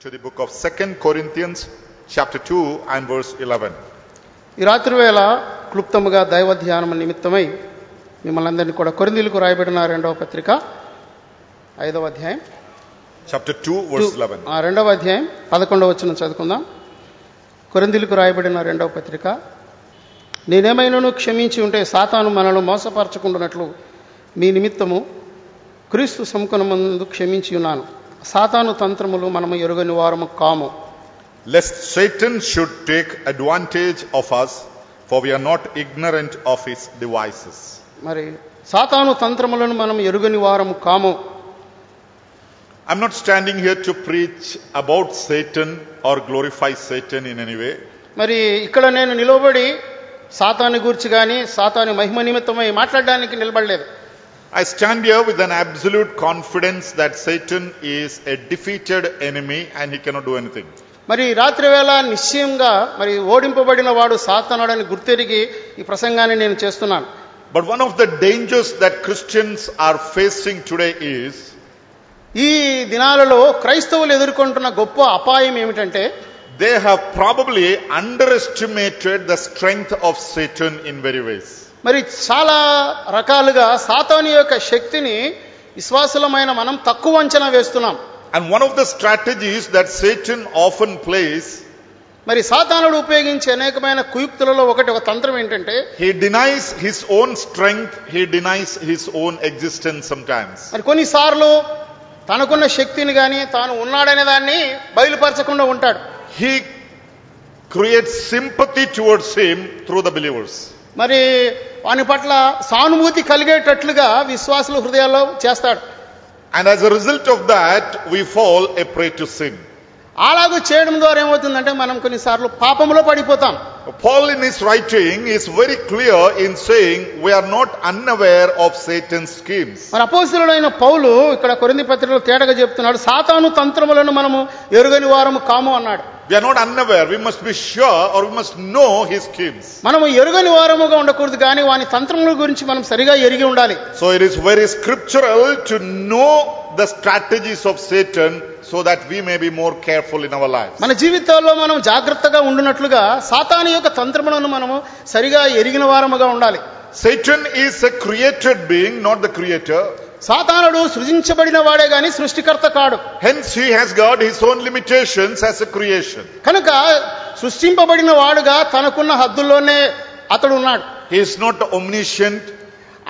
to the book of 2 Corinthians, chapter 2, and verse 11. ఈ రాత్రి వేళ క్లుప్తముగా దైవ ధ్యానం నిమిత్తమై మిమ్మల్ని అందరినీ కూడా కొరిందీలకు రాయబడిన రెండవ పత్రిక ఐదవ అధ్యాయం Chapter 2, verse 11. ఆ రెండవ అధ్యాయం పదకొండవ వచ్చిన చదువుకుందాం కొరిందీలకు రాయబడిన రెండవ పత్రిక నేనేమైనాను క్షమించి ఉంటే సాతాను మనలను మోసపరచుకుంటున్నట్లు మీ నిమిత్తము క్రీస్తు సముఖనమందు క్షమించి ఉన్నాను సాతాను తంత్రములు మనము ఎరుగని వారము కాము Lest Satan should take advantage of us, for we are not ignorant of his devices. మరి సాతాను తంత్రములను మనం ఎరుగని వారము కాము I'm not standing here to preach about Satan or glorify Satan in any way. మరి ఇక్కడ నేను నిలవబడి సాతాను గురించి కానీ సాతాను మహిమ నిమిత్తమై మాట్లాడడానికి నిలబడలేదు I stand here with an absolute confidence that Satan is a defeated enemy and he cannot do anything. మరి రాత్రి వేళ నిశ్చయంగా మరి ఓడింపబడిన వాడు సాతనుడని గుర్తెరిగి ఈ ప్రసంగాన్ని నేను చేస్తున్నాను But one of the dangers that Christians are facing today is ఈ దినాలలో క్రైస్తవులు ఎదుర్కొంటున్న గొప్ప అపాయం ఏమిటంటే they have probably underestimated the strength of Satan in very ways. మరి చాలా రకాలుగా సాతాను యొక్క శక్తిని విశ్వాసులమైన మనం తక్కువ అంచనా వేస్తున్నాం And one of the strategies that Satan often plays, మరి సాతానుడు ఉపయోగించే అనేకమైన కుయుక్తులలో ఒకటి ఒక తంత్రం ఏంటంటే he denies his own strength, he denies his own existence sometimes. మరి కొన్నిసార్లు తనకున్న శక్తిని కానీ తాను ఉన్నాడనే దాన్ని బయలుపరచకుండా ఉంటాడు He creates sympathy towards him through the believers. మరి వాని పట్ల సానుభూతి కలిగేటట్లుగా విశ్వాసుల హృదయాల్లో చేస్తాడు And as a result of that, we fall a prey to sin. అలాగూ చేయడం ద్వారా ఏమవుతుందంటే మనం కొన్నిసార్లు పాపంలో పడిపోతాం Paul in his writing is very clear in saying we are not unaware of Satan's schemes. మరి అపోస్తులైన పౌలు ఇక్కడ కొరింది పత్రికలో తేటగా చెప్తున్నాడు సాతాను తంత్రములను మనము ఎరుగని వారము కాము అన్నాడు We are not unaware. We must be sure or we must know his schemes. మనము ఎరుగని వారముగా ఉండకూడదు కానీ వాని తంత్రముల గురించి మనం సరిగా ఎరిగి ఉండాలి So it is very scriptural to know the strategies of Satan so that we may be more careful in our lives. మన జీవితాల్లో మనం జాగ్రత్తగా ఉండినట్లుగా సాతాను యొక్క తంత్రములను మనము సరిగా ఎరిగిన వారముగా ఉండాలి Satan is a created being, not the creator. సాతానుడు సృజించబడిన వాడే గాని సృష్టికర్త కాడు Hence he has got his own limitations as a creation. కనుక సృష్టింపబడిన వాడుగా తనకున్న హద్దుల్లోనే అతడు ఉన్నాడు He is not omniscient.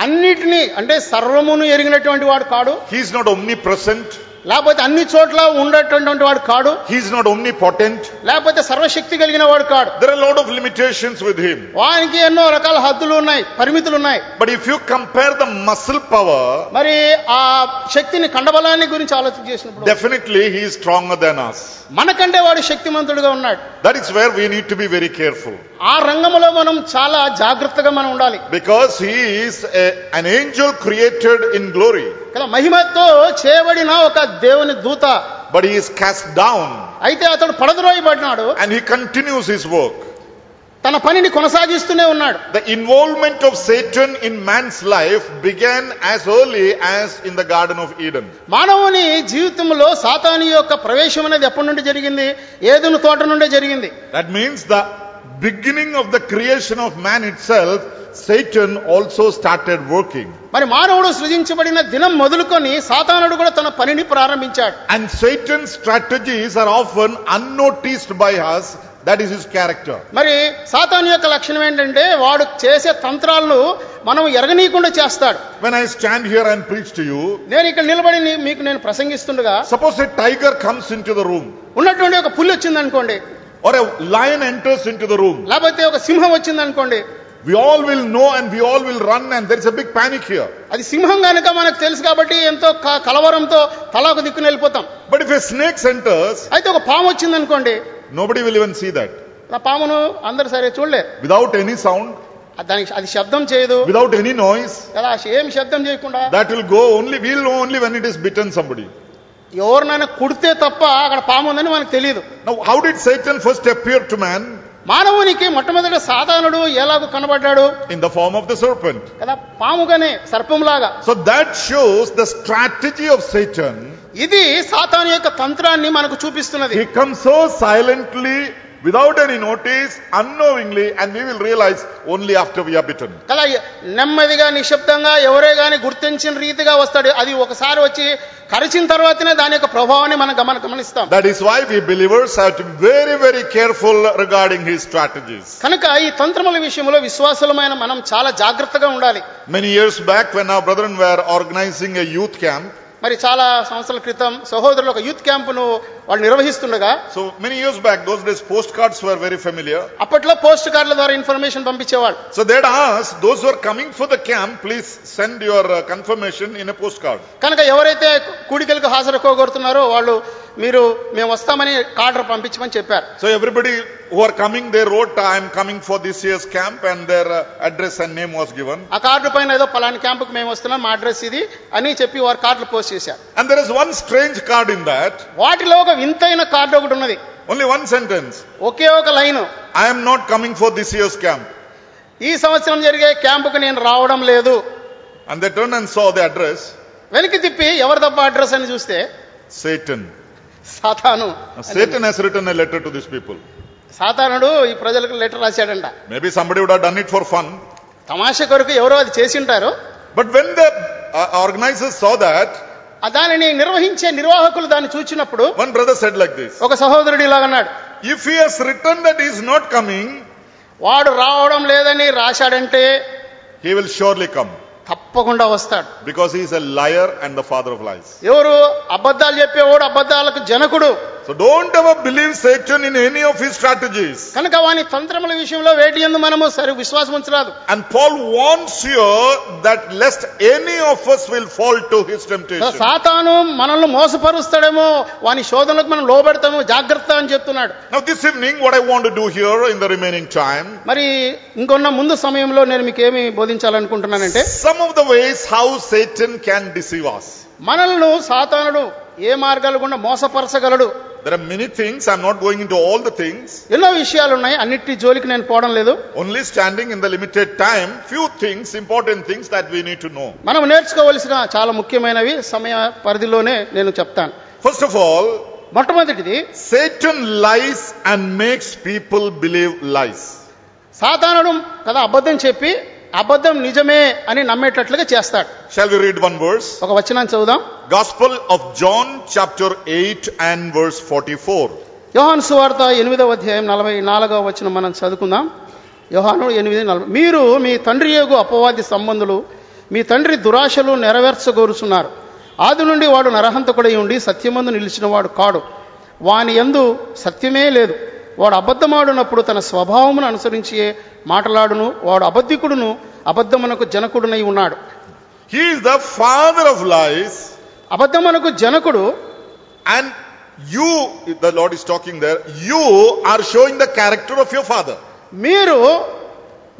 అన్నిటినీ అంటే సర్వమును ఎరిగినటువంటి వాడు కాడు He is not omnipresent. లేకపోతే అన్ని చోట్ల ఉండేటటువంటి వాడు కాడు He is not omnipotent. లేకపోతే సర్వశక్తి కలిగిన వాడు కాడు There are a lot of limitations with him. వానికి ఎన్నో రకాల హద్దులు ఉన్నాయి పరిమితులు ఉన్నాయి But if you compare the muscle power, మరి ఆ శక్తిని కండబలాన్ని గురించి ఆలోచన చేసినప్పుడు definitely he is stronger than us. మనకంటే వాడు శక్తిమంతుడుగా ఉన్నాడు That is where we need to be very careful. ఆ రంగంలో మనం చాలా జాగ్రత్తగా మనం ఉండాలి Because he is a, an angel created in glory, కదా మహిమతో చేయబడిన ఒక దేవుని దూత but he is cast down అయితే అతడు పడద్రోయబడినాడు and he continues his work. తన పనిని కొనసాగిస్తూనే ఉన్నాడు The involvement of Satan in man's life began as early as in the Garden of Eden. మానవుని జీవితంలో సాతాను యొక్క ప్రవేశం అనేది ఎప్పటి నుండి జరిగింది ఏదైనా తోట నుండే జరిగింది That means the beginning of the creation of man itself, Satan also started working. మరి మానవుడు సృజించబడిన దినం మొదలుకొని సాతానుడు కూడా తన పనిని ప్రారంభించాడు And Satan's strategies are often unnoticed by us. That is his character. మరి సాతాను యొక్క లక్షణం ఏంటంటే వాడు చేసే తంత్రాలను మనం ఎరగనీయకుండా చేస్తాడు When I stand here and preach to you, నేను ఇక్కడ నిలబడి నీ- మీకు నేను ప్రసంగిస్తుండగా suppose a tiger comes into the room ఉన్నటువంటి ఒక పులి వచ్చింది అనుకోండి or a lion enters into the room. లేకపోతే ఒక సింహం వచ్చింది అనుకోండి We all will know and we all will run and there's a big panic here. అది సింహం కనుక మనకు తెలుసు కాబట్టి ఎంతో క- కలవరంతో తల ఒక దిక్కున వెళ్ళిపోతాం But if a snake enters, అయితే ఒక పాము వచ్చింది అనుకోండి nobody will even see that. నా పామును అందరు సరే చూడలేరు Without any sound, ఆ దానికి అది శబ్దం చేయదు without any noise, కదా ఏం శబ్దం చేయకుండా that will go only, we'll know only when it is bitten somebody. ఎవరినైనా కుడితే తప్ప అక్కడ పాము ఉందని మనకు తెలియదు Now, how did Satan first appear to man? మానవునికి మొట్టమొదట సాధారణుడు ఎలాగో కనబడ్డాడు in the form of the serpent. కదా పాముగానే సర్పంలాగా So that shows the strategy of Satan. ఇది సాతాను యొక్క తంత్రాన్ని మనకు చూపిస్తున్నది He comes so silently, without any notice, unknowingly, and we will realize only after we are bitten. కదా నెమ్మదిగా నిశ్శబ్దంగా ఎవరే గాని గుర్తించిన రీతిగా వస్తాడు అది ఒకసారి వచ్చి కరిచిన తర్వాతనే దాని యొక్క ప్రభావాన్ని మనం గమన గమనిస్తాం That is why we believers have to be very, very careful regarding his strategies. కనుక ఈ తంత్రముల విషయంలో విశ్వాసులమైన మనం చాలా జాగ్రత్తగా ఉండాలి Many years back, when our brethren were organizing a youth camp, మరి చాలా సంవత్సరాల క్రితం సహోదరులు ఒక యూత్ క్యాంపును వాళ్ళు నిర్వహిస్తుండగా so many years back, those days postcards were very familiar. అప్పట్లో పోస్ట్ కార్డుల ద్వారా ఇన్ఫర్మేషన్ పంపించేవాళ్ళు So they'd ask those who are coming for the camp, please send your uh, confirmation in a postcard. కనుక ఎవరైతే కూడికలకు హాజరు కోగొడుతున్నారో వాళ్ళు మీరు మేము వస్తామని కార్డు పంపించమని చెప్పారు So everybody who are coming, they wrote, I am coming for this year's camp, and their uh, address and name was given. ఆ కార్డు పైన ఏదో పలాని క్యాంపుకు మేము వస్తున్నాం మా అడ్రస్ ఇది అని చెప్పి వారు కార్డులు పోస్ట్ చేశారు And there is one strange card in that, వాటిలో ఒక వింతైన కార్డు ఒకటి ఉన్నది only one sentence. ఒకే ఒక line I am not coming for this year's camp. ఈ సంవత్సరం జరిగే క్యాంపుకు నేను రావడం లేదు And they turned and saw the address, వెనక్కి తిప్పి ఎవరి తప్ప అడ్రస్ అని చూస్తే Satan. సాతాను Now, Satan has written a letter to these people. సాతానుడు ఈ ప్రజలకు లెటర్ రాశాడంట Maybe somebody would have done it for fun. తమాషా కొరకు ఎవరో అది చేసి ఉంటారు But when the uh, organizers saw that, ఆ దానిని నిర్వహించే నిర్వాహకులు దాన్ని చూచినప్పుడు one brother said like this, ఒక సహోదరుడు ఇలాగన్నాడు If he has written that he is not coming, వాడు రావడం లేదని రాశాడంటే he will surely come. తప్పకుండా వస్తాడు Because he is a liar and the father of lies. ఎవరు అబద్ధాలు చెప్పేవాడు అబద్ధాలకు జనకుడు So don't ever believe Satan in any of his strategies. కనుక వాని తంత్రముల విషయంలో వేటి ఎందు మనము సరి విశ్వాసం ఉంచరాదు And Paul warns you that lest any of us will fall to his temptation. సాతాను మనల్ని మోసపరుస్తాడేమో వాని శోధనలకు మనం లోబెడతాము జాగ్రత్త అని చెప్తున్నాడు Now this evening, what I want to do here in the remaining time, మరి ఇంకొన్న ముందు సమయంలో నేను మీకు ఏమి బోధించాలనుకుంటున్నానంటే some of the ways how Satan can deceive us. మనల్ని సాతానుడు ఏ మార్గాలు గుండా మోసపరచగలడు There are many things. I'm not going into all the things. ఎన్నో విషయాలు ఉన్నాయి అన్నిటి జోలికి నేను పోవడం లేదు Only standing in the limited time, few things, important things that we need to know. మనం నేర్చుకోవలసిన చాలా ముఖ్యమైనవి సమయ పరిధిలోనే నేను చెప్తాను First of all, మొట్టమొదటిది Satan lies and makes people believe lies. సాధారణం కదా అబద్ధం చెప్పి అబద్ధం నిజమే అని నమ్మేటట్లుగా చేస్తాడు Shall we read one verse? ఒక వచనాన్ని చదువుదాం Gospel of John chapter 8 and verse 44. యోహాను సువార్త ఎనిమిదవ అధ్యాయం నలభై నాలుగవ వచనం మనం చదువుకుందాం యోహాను ఎనిమిది నలభై మీరు మీ తండ్రి యొక్క అపవాది సంబంధులు మీ తండ్రి దురాశలు నెరవేర్చగోరుచున్నారు ఆది నుండి వాడు నరహంతకుడై ఉండి సత్యమందు నిలిచినవాడు కాడు వాని యందు సత్యమే లేదు వాడు అబద్ధమాడునప్పుడు తన స్వభావమును అనుసరించి మాటలాడును వాడు అబద్ధికుడును అబద్ధమునకు జనకుడునై ఉన్నాడు He is the father of lies అబద్ధమునకు జనకుడు and you, the Lord is talking there, you are showing the character of your father. మీరు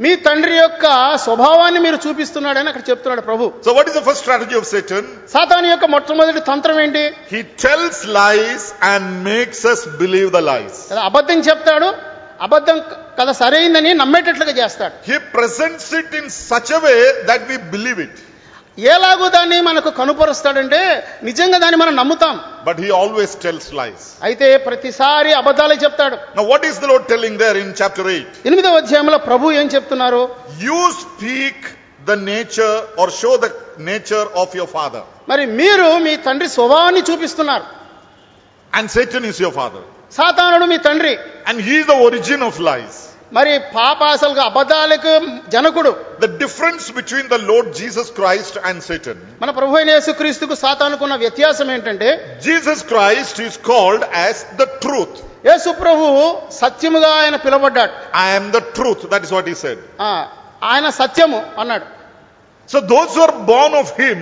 మీ తండ్రి యొక్క స్వభావాన్ని మీరు చూపిస్తున్నాడని అక్కడ చెప్తున్నాడు ప్రభు So what is the first strategy of Satan? సాతాను యొక్క మొట్టమొదటి తంత్రం ఏంటి He tells lies and makes us believe the lies. కదా అబద్ధం చెప్తాడు అబద్ధం కదా సరైందని నమ్మేటట్లుగా చేస్తాడు He presents it in such a way that we believe it. ఎలాగో దాన్ని మనకు కనుపరుస్తాడంటే నిజంగా దాన్ని మనం నమ్ముతాం But he always tells lies. అయితే ప్రతిసారి అబద్ధాలే చెప్తాడు Now what is the Lord telling there in chapter 8? ఎనిమిదవ అధ్యాయంలో ప్రభు ఏం చెప్తున్నారు You speak the nature or show the nature of your father. మరి మీరు మీ తండ్రి స్వభావాన్ని చూపిస్తున్నారు And Satan is your father. సాతానుడు మీ తండ్రి And he is the origin of lies. మరి పాపాసలుగా అబద్ధాలకు జనకుడు The difference between the Lord Jesus Christ and Satan. మన ప్రభు అయిన యేసుక్రీస్తుకు సాతానుకున్న వ్యత్యాసం ఏంటంటే Jesus Christ is called as the truth. యేసు ప్రభువు సత్యముగా ఆయన పిలవబడ్డాడు I am the truth. That is what he said. ఆ, ఆయన సత్యము అన్నాడు So those who are born of him,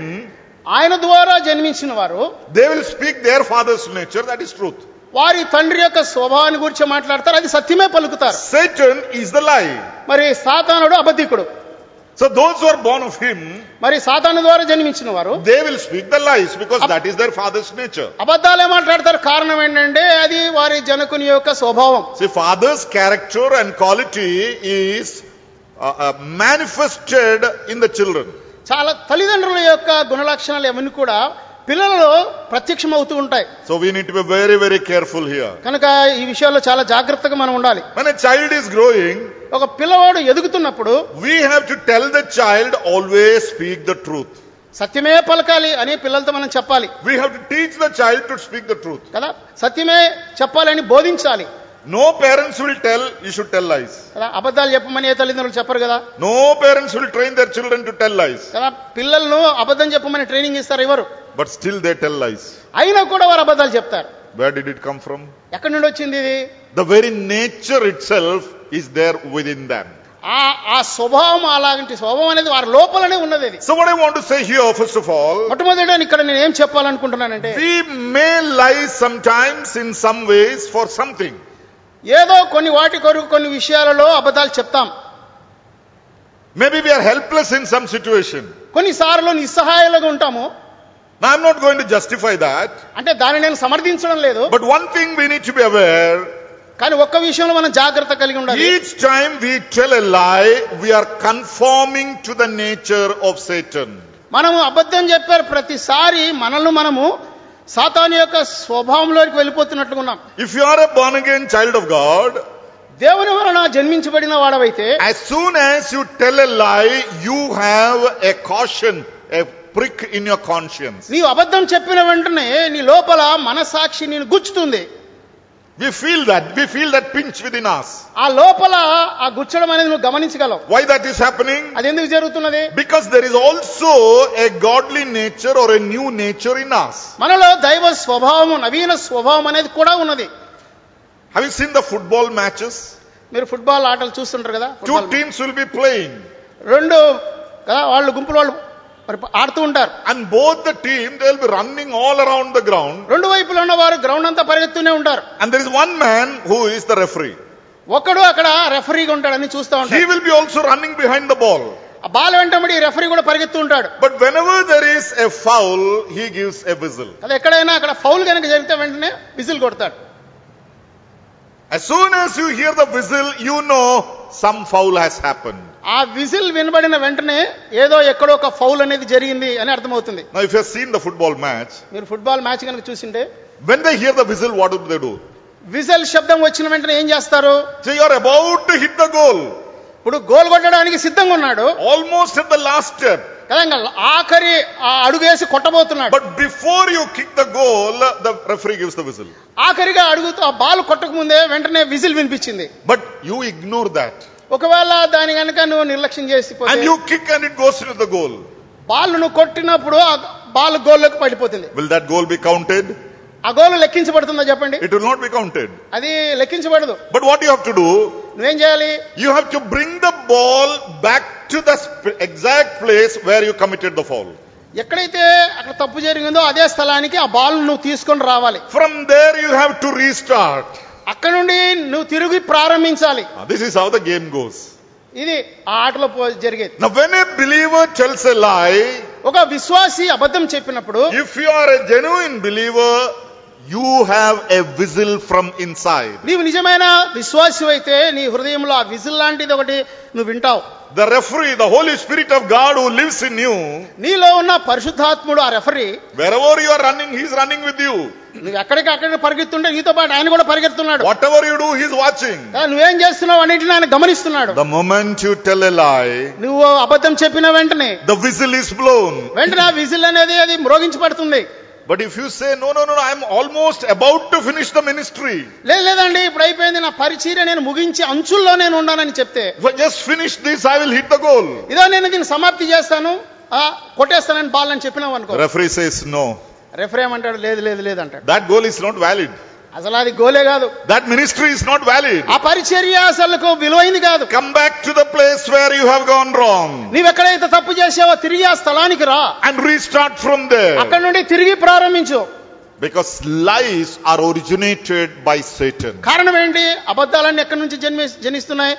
ఆయన ద్వారా జన్మించిన వారు they will speak their father's nature. That is truth. వారి తండ్రి యొక్క స్వభావాన్ని గురించి మాట్లాడతారు అది సత్యమే పలుకుతారు Satan is the lie. మరి సాతానుడు అబద్ధికుడు So those who are born of him, మరి సాతాను ద్వారా జన్మించిన వారు they will speak the lies because that is their father's nature. అబద్ధాలే మాట్లాడతారు కారణం ఏంటంటే అది వారి వారి జనకుని యొక్క స్వభావం See, father's character and quality is uh, uh, manifested in the children. చాలా తల్లిదండ్రుల యొక్క గుణలక్షణాలు ఇవన్నీ కూడా పిల్లలలో ప్రత్యక్షమవుతూ ఉంటాయి So we need to be very, very careful here. కనుక ఈ విషయాల్లో చాలా జాగ్రత్తగా మనం ఉండాలి When a child is growing, ఒక పిల్లవాడు ఎదుగుతున్నప్పుడు we have to tell the child always speak the truth. సత్యమే పలకాలి అని పిల్లలతో మనం చెప్పాలి We have to teach the child to speak the truth. కదా సత్యమే చెప్పాలని బోధించాలి No parents will tell you should tell lies. కదా అబద్ధాలు చెప్పమని ఏ తల్లిదండ్రులు చెప్పరు కదా No parents will train their children to tell lies. కదా పిల్లలను అబద్ధం చెప్పమని ట్రైనింగ్ ఇస్తారు ఎవరు But still they tell lies. అయినా కూడా వారు అబద్ధాలు చెప్తారు Where did it come from? ఎక్కడి నుండి వచ్చింది ఇది The very nature itself is there within them. ఆ ఆ స్వభావం అలాంటి స్వభావం అనేది వారి లోపలనే ఉన్నది ఇది So what I want to say here, first of all, మొట్టమొదట ఇక్కడ నేను ఏం చెప్పాలనుకుంటున్నానంటే we may lie sometimes in some ways for something. ఏదో కొన్ని వాటి కొరకు కొన్ని విషయాలలో అబద్ధాలు చెప్తాం Maybe we are helpless in some situation. కొన్నిసార్లు నిస్సహాయాలుగా ఉంటాము Now I'm not going to justify that, అంటే దాన్ని నేను సమర్థించడం లేదు but one thing we need to be aware, కానీ ఒక్క విషయంలో మనం జాగ్రత్త కలిగి ఉండాలి each time we tell a lie, we are conforming to the nature of Satan. మనము అబద్ధం చెప్పారు ప్రతిసారి మనల్ని మనము సాతాను యొక్క స్వభావంలోకి వెళ్ళిపోతున్నట్లుగా ఉన్నాం If you are a born again child of God, దేవుని వలన జన్మించబడిన వాడవైతే as soon as you tell a lie, you have a caution, a prick in your conscience. నీవు అబద్ధం చెప్పిన వెంటనే నీ లోపల మనసాక్షి నేను గుచ్చుతుంది We feel that, we feel that pinch within us. ఆ లోపల ఆ గుచ్చడం అనేది నువ్వు గమనించగలవు Why that is happening? అది ఎందుకు జరుగుతున్నది Because there is also a godly nature or a new nature in us. మనలో దైవ స్వభావం నవీన స్వభావం అనేది కూడా ఉన్నది Have you seen the football matches? మీరు ఫుట్బాల్ ఆటలు చూస్తుంటారు కదా Two football. teams will be playing రెండు కదా వాళ్ళు గుంపులు వాళ్ళు మరి ఆడుతూ ఉంటారు and both the team they'll be running all around the ground రెండు వైపులు ఉన్న వారు గ్రౌండ్ అంతా పరిగెత్తూనే ఉంటారు and there is one man who is the referee. ఒకడు అక్కడ రెఫరీగా ఉంటాడని చూస్తూ He ఉంటాడు will be also running behind the ball. ఆ బాల్ వెంటబడి ఈ రెఫరీ కూడా పరిగెత్తూ ఉంటాడు But whenever there is a foul, he gives a whistle. కదా ఎక్కడైనా అక్కడ ఫౌల్ కనుక జరిగితే వెంటనే విజిల్ కొడతాడు As soon as you hear the whistle, you know some foul has happened. ఆ విజిల్ వినబడిన వెంటనే ఏదో ఎక్కడో ఒక ఫౌల్ అనేది జరిగింది అని అర్థమవుతుంది Now if you have seen the football match, మీరు ఫుట్బాల్ మ్యాచ్ కనుక చూసింటే when they hear the whistle, what do they do? Whistle శబ్దం వచ్చిన వెంటనే ఏం చేస్తారు So you are about to hit the goal. ఇప్పుడు గోల్ కొట్టడానికి సిద్ధంగా ఉన్నాడు almost at the last step. కదా ఇంకా ఆఖరి ఆ అడుగు వేసి కొట్టబోతున్నాడు But before you kick the goal, the referee gives the whistle. ఆఖరిగా అడుగుతూ ఆ బాల్ కొట్టక ముందే వెంటనే విజిల్ వినిపించింది But you ignore that. ఒకవేళ దాని కనుక నువ్వు నిర్లక్ష్యం And చేసిపోతే you kick and it goes into the goal. Ball నువ్వు కొట్టినప్పుడు ఆ బాల్ గోల్లోకి పడిపోతుంది Will that goal be counted? ఆ గోల్ లెక్కించబడుతుందా చెప్పండి It will not be counted. అది లెక్కించబడదు But what you have to do, నువ్వేం చేయాలి you have to bring the ball back to the sp- exact place where you committed the foul. ఎక్కడైతే అక్కడ తప్పు జరిగిందో అదే స్థలానికి ఆ బాల్ నువ్వు తీసుకొని రావాలి From there you have to restart. అక్కడ నుండి నువ్వు తిరిగి ప్రారంభించాలి Now, Ah, this is how the game goes. ఇది ఆ ఆటలో పో- జరిగేది Now when a believer tells a lie, ఒక విశ్వాసి అబద్ధం చెప్పినప్పుడు If you are a genuine believer, you have a whistle from inside. నీవు నిజమైన విశ్వాసి అయితే నీ హృదయంలో ఆ విజిల్ లాంటిది ఒకటి నువ్వు వింటావు The referee, the Holy Spirit of God who lives in you, నీలో ఉన్న పరిశుద్ధాత్ముడు ఆ referee wherever you are running, He's running with you. నువ్వు ఎక్కడికి అక్కడ పరిగెత్తుంటే నీతో పాటు ఆయన కూడా పరిగెత్తున్నాడు Whatever you do, He's watching. కదా నువ్వేం చేస్తున్నావు అన్నింటిని ఆయన గమనిస్తున్నాడు The moment you tell a lie, నువ్వు అబద్ధం చెప్పిన వెంటనే the whistle is blown. వెంటనే ఆ విజిల్ అనేది అది మ్రోగించబడుతుంది But if you say, no, no, no, no, I'm almost about to finish the ministry. లేదు లేదండి ఇప్పుడు అయిపోయింది నా పరిచర్య నేను ముగించి అంచుల్లో నేను ఉన్నానని చెప్తే If I just finish this, I will hit the goal. ఇదో నేను దీన్ని సమాప్తి చేస్తాను ఆ, కొట్టేస్తానని బాల్ అని చెప్పినావు అనుకో The referee says, no, referee ఏమంటాడు లేదు లేదు లేదు అంటాడు that goal is not valid. అసలు అది గోలే కాదు That ministry is not valid. ఆ పరిచర్య అసలుకు విలువైంది కాదు Come back to the place where you have gone wrong. నీవెక్కడైతే తప్పు చేసావో తిరిగి ఆ స్థలానికి రా and restart from there. అక్కడ నుండి తిరిగి ప్రారంభించు Because lies are originated by Satan. కారణం ఏంటి అబద్ధాలన్నీ ఎక్కడి నుంచి జన్మి జనిస్తున్నాయి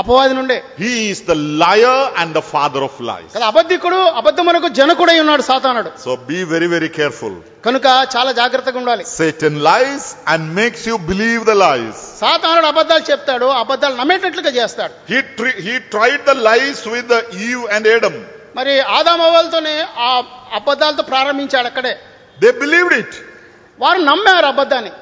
అపవాది నుండే He is the liar and the father of lies. కదా అబద్ధికుడు అబద్ధమునకు జనకుడై ఉన్నాడు సాతానుడు So be very, very careful. కనుక చాలా జాగ్రత్తగా ఉండాలి Satan lies and makes you believe the lies. సాతానుడు అబద్ధాలు చెప్తాడు అబద్ధాలు నమ్మేటట్లుగా చేస్తాడు He, tri- he tried the lies with the Eve and Adam. మరి ఆదామవ్వలతోనే ఆ అబద్ధాలతో ప్రారంభించాడు అక్కడే They believed it. వారు నమ్మారు అబద్ధాన్ని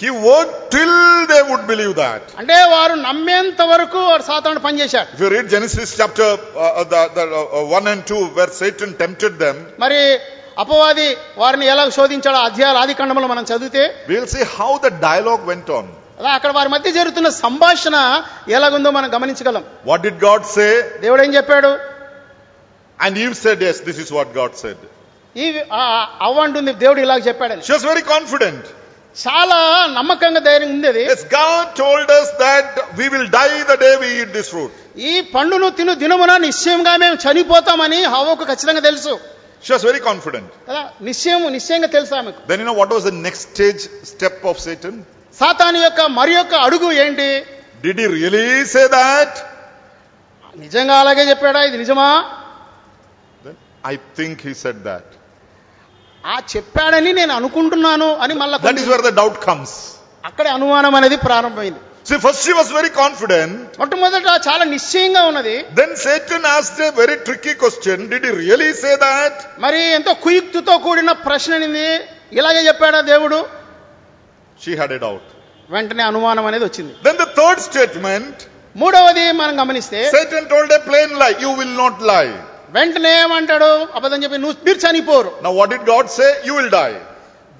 He worked till they would believe that. అంటే వారు నమ్మేంత వరకు వారు సాతానుడు పనిచేశాడు If you read Genesis chapter uh, uh, the, the, uh, uh, 1 and 2, where Satan tempted them, మరి అపవాది వారిని ఎలా శోధించాడో అధ్యాయాల ఆది ఖండంలో మనం చదివితే we'll see how the dialogue went on. అలా అక్కడ వారి మధ్య జరుగుతున్న సంభాషణ ఎలాగుందో మనం గమనించగలం What did God say? దేవుడు ఏం చెప్పాడు And Eve said, Yes, this is what God said. ఈ ఆ, అవ్వ అంటుంది దేవుడు ఇలాగ చెప్పాడని She was very confident. చాలా నమ్మకంగా ధైర్యం ఉంది అది Yes, God told us that we will die the day we eat this fruit. ఈ పండును తిను దినమున నిశ్చయంగా మేము చనిపోతామని హవ్వకు ఖచ్చితంగా తెలుసు She was very confident. కదా నిశ్చయం నిశ్చయంగా తెలుసు ఆమెకు Then you know what was the next stage step of Satan? సాతాను యొక్క మరి యొక్క అడుగు ఏంటి Did he really say that? నిజంగా అలాగే చెప్పాడా ఇది నిజమా Then I think he said that. ఆ చెప్పాడని నేను అనుకుంటున్నాను అని మళ్ళా That is where the doubt comes. అక్కడే అనుమానం అనేది ప్రారంభమైంది See, first she was very confident. మొట్టమొదట చాలా నిశ్చయంగా ఉన్నది Then Satan asked a very tricky question. Did he really say that? మరి ఎంతో కుయుక్తితో కూడిన ప్రశ్న అనేది ఇలాగే చెప్పాడా దేవుడు She had a doubt. వెంటనే అనుమానం అనేది వచ్చింది Then the third statement, మూడవది మనం గమనిస్తే Satan told a plain lie. You will not lie. వెంటనే ఏమంటాడు అబద్ధం చెప్పి నువ్వు మీరు చనిపోరు Now what did God say? You will die.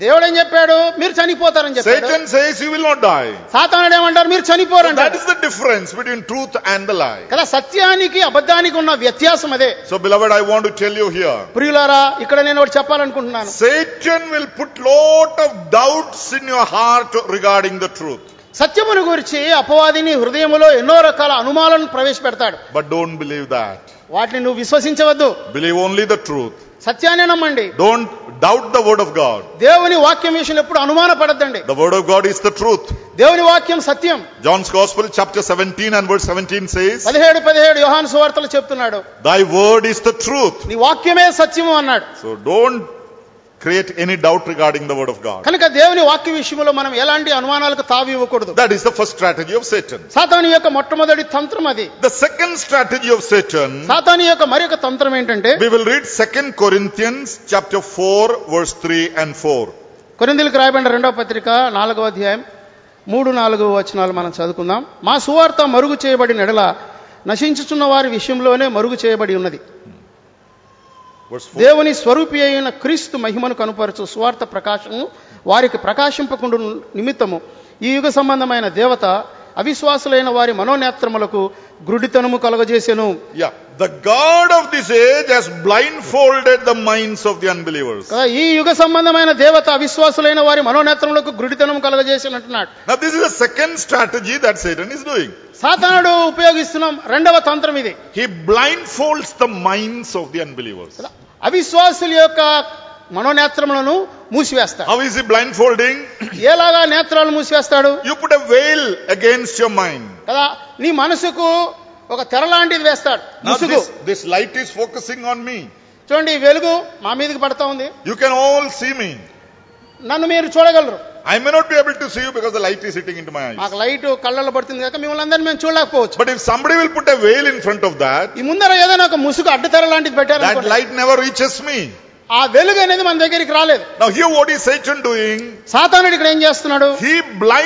దేవుడు ఏం చెప్పాడు మీరు చనిపోతారని చెప్పాడు Satan says you will not die. సాతానుడు ఏమంటారు మీరు చనిపోరు So that అంటాడు is the difference between truth and the lie. కదా సత్యానికి అబద్ధానికి ఉన్న వ్యత్యాసం అదే So beloved, I want to tell you here. ప్రియులారా ఇక్కడ నేను ఒకటి చెప్పాలనుకుంటున్నాను Satan will put lot of doubts in your heart regarding the truth. సత్యమును గురించి అపవాదిని హృదయములో ఎన్నో రకాల అనుమానాలను ప్రవేశపెడతాడు But don't believe that. వాటిని నువ్వు విశ్వసించవద్దు Believe only the truth. సత్యాన్ని నమ్మండి Don't doubt the word of God. దేవుని వాక్యం విషయంలో ఎప్పుడు అనుమాన పడద్దండి The word of God is the truth. దేవుని వాక్యం సత్యం John's Gospel chapter 17 and verse 17 says, పదిహేడు పదిహేడు యోహాను సువార్తలు చెప్తున్నాడు Thy word is the truth. నీ వాక్యమే సత్యము అన్నాడు So don't create any doubt regarding the word of God. కనుక దేవుని వాక్య విషయంలో మనం ఎలాంటి అనుమానాలకు తావి ఇవ్వకూడదు That is the first strategy of Satan. సాతాను యొక్క మొట్టమొదటి తంత్రం అది The second strategy of Satan, సాతాను యొక్క మరొక తంత్రం ఏంటంటే we will read 2 Corinthians chapter 4 verse 3 and 4. కొరిందీలకు రాయబడిన రెండవ పత్రిక నాలుగవ అధ్యాయం మూడు నాలుగు వచనాలు మనం చదువుకుందాం మా సువార్త మరుగు చేయబడిన ఎడల నశించుచున్న వారి విషయంలోనే మరుగు చేయబడి ఉన్నది Verse 4. దేవుని స్వరూపి అయిన క్రీస్తు మహిమను కనుపరచు సువార్త ప్రకాశము వారికి ప్రకాశింపకుండా నిమిత్తము ఈ యుగ సంబంధమైన దేవత అవిశ్వాసులైన వారి మనోనేత్రములకు గ్రుడితనము కలుగజేసెను Yeah. The God of this age has blindfolded the minds of the unbelievers. కదా ఈ యుగ సంబంధమైన దేవత అవిశ్వాసులైన వారి మనోనేత్రములకు గ్రుడితనము కలుగజేసినట్టున్నాడు Now this is the second strategy that Satan is doing. సాతానుడు ఉపయోగిస్తున్న రెండవ తంత్రం ఇది He blindfolds the minds of the unbelievers. కదా అవిశ్వాసుల యొక్క మనోనేత్రములను మూసివేస్తాడు How is he blindfolding? ఎలాగా నేత్రాలు మూసివేస్తాడు You put a veil against your mind. కదా నీ మనసుకు ఒక తెర లాంటిది వేస్తాడు Now ముసుగు this, this light is focusing on me. చూడండి ఈ వెలుగు మా మీదకి పడతా ఉంది You can all see me. నన్ను మీరు చూడగలరు I may not be able to see you because the light is hitting into my eyes. మాకు లైట్ కళ్ళలో పడుతుంది కనుక మిమ్మల్ని అందరినీ మేము చూడలేకపోవచ్చు But if somebody will put a veil in front of that, ఈ ముందర ఏదైనా ఒక ముసుగు అడ్డతెర లాంటిది పెట్టారు that అనుకోండి. light never reaches me. ఆ వెలుగు అనేది మన దగ్గరికి రాలేదు Now here what is Satan doing? సాతానుడు ఇక్కడ ఏం చేస్తున్నాడు He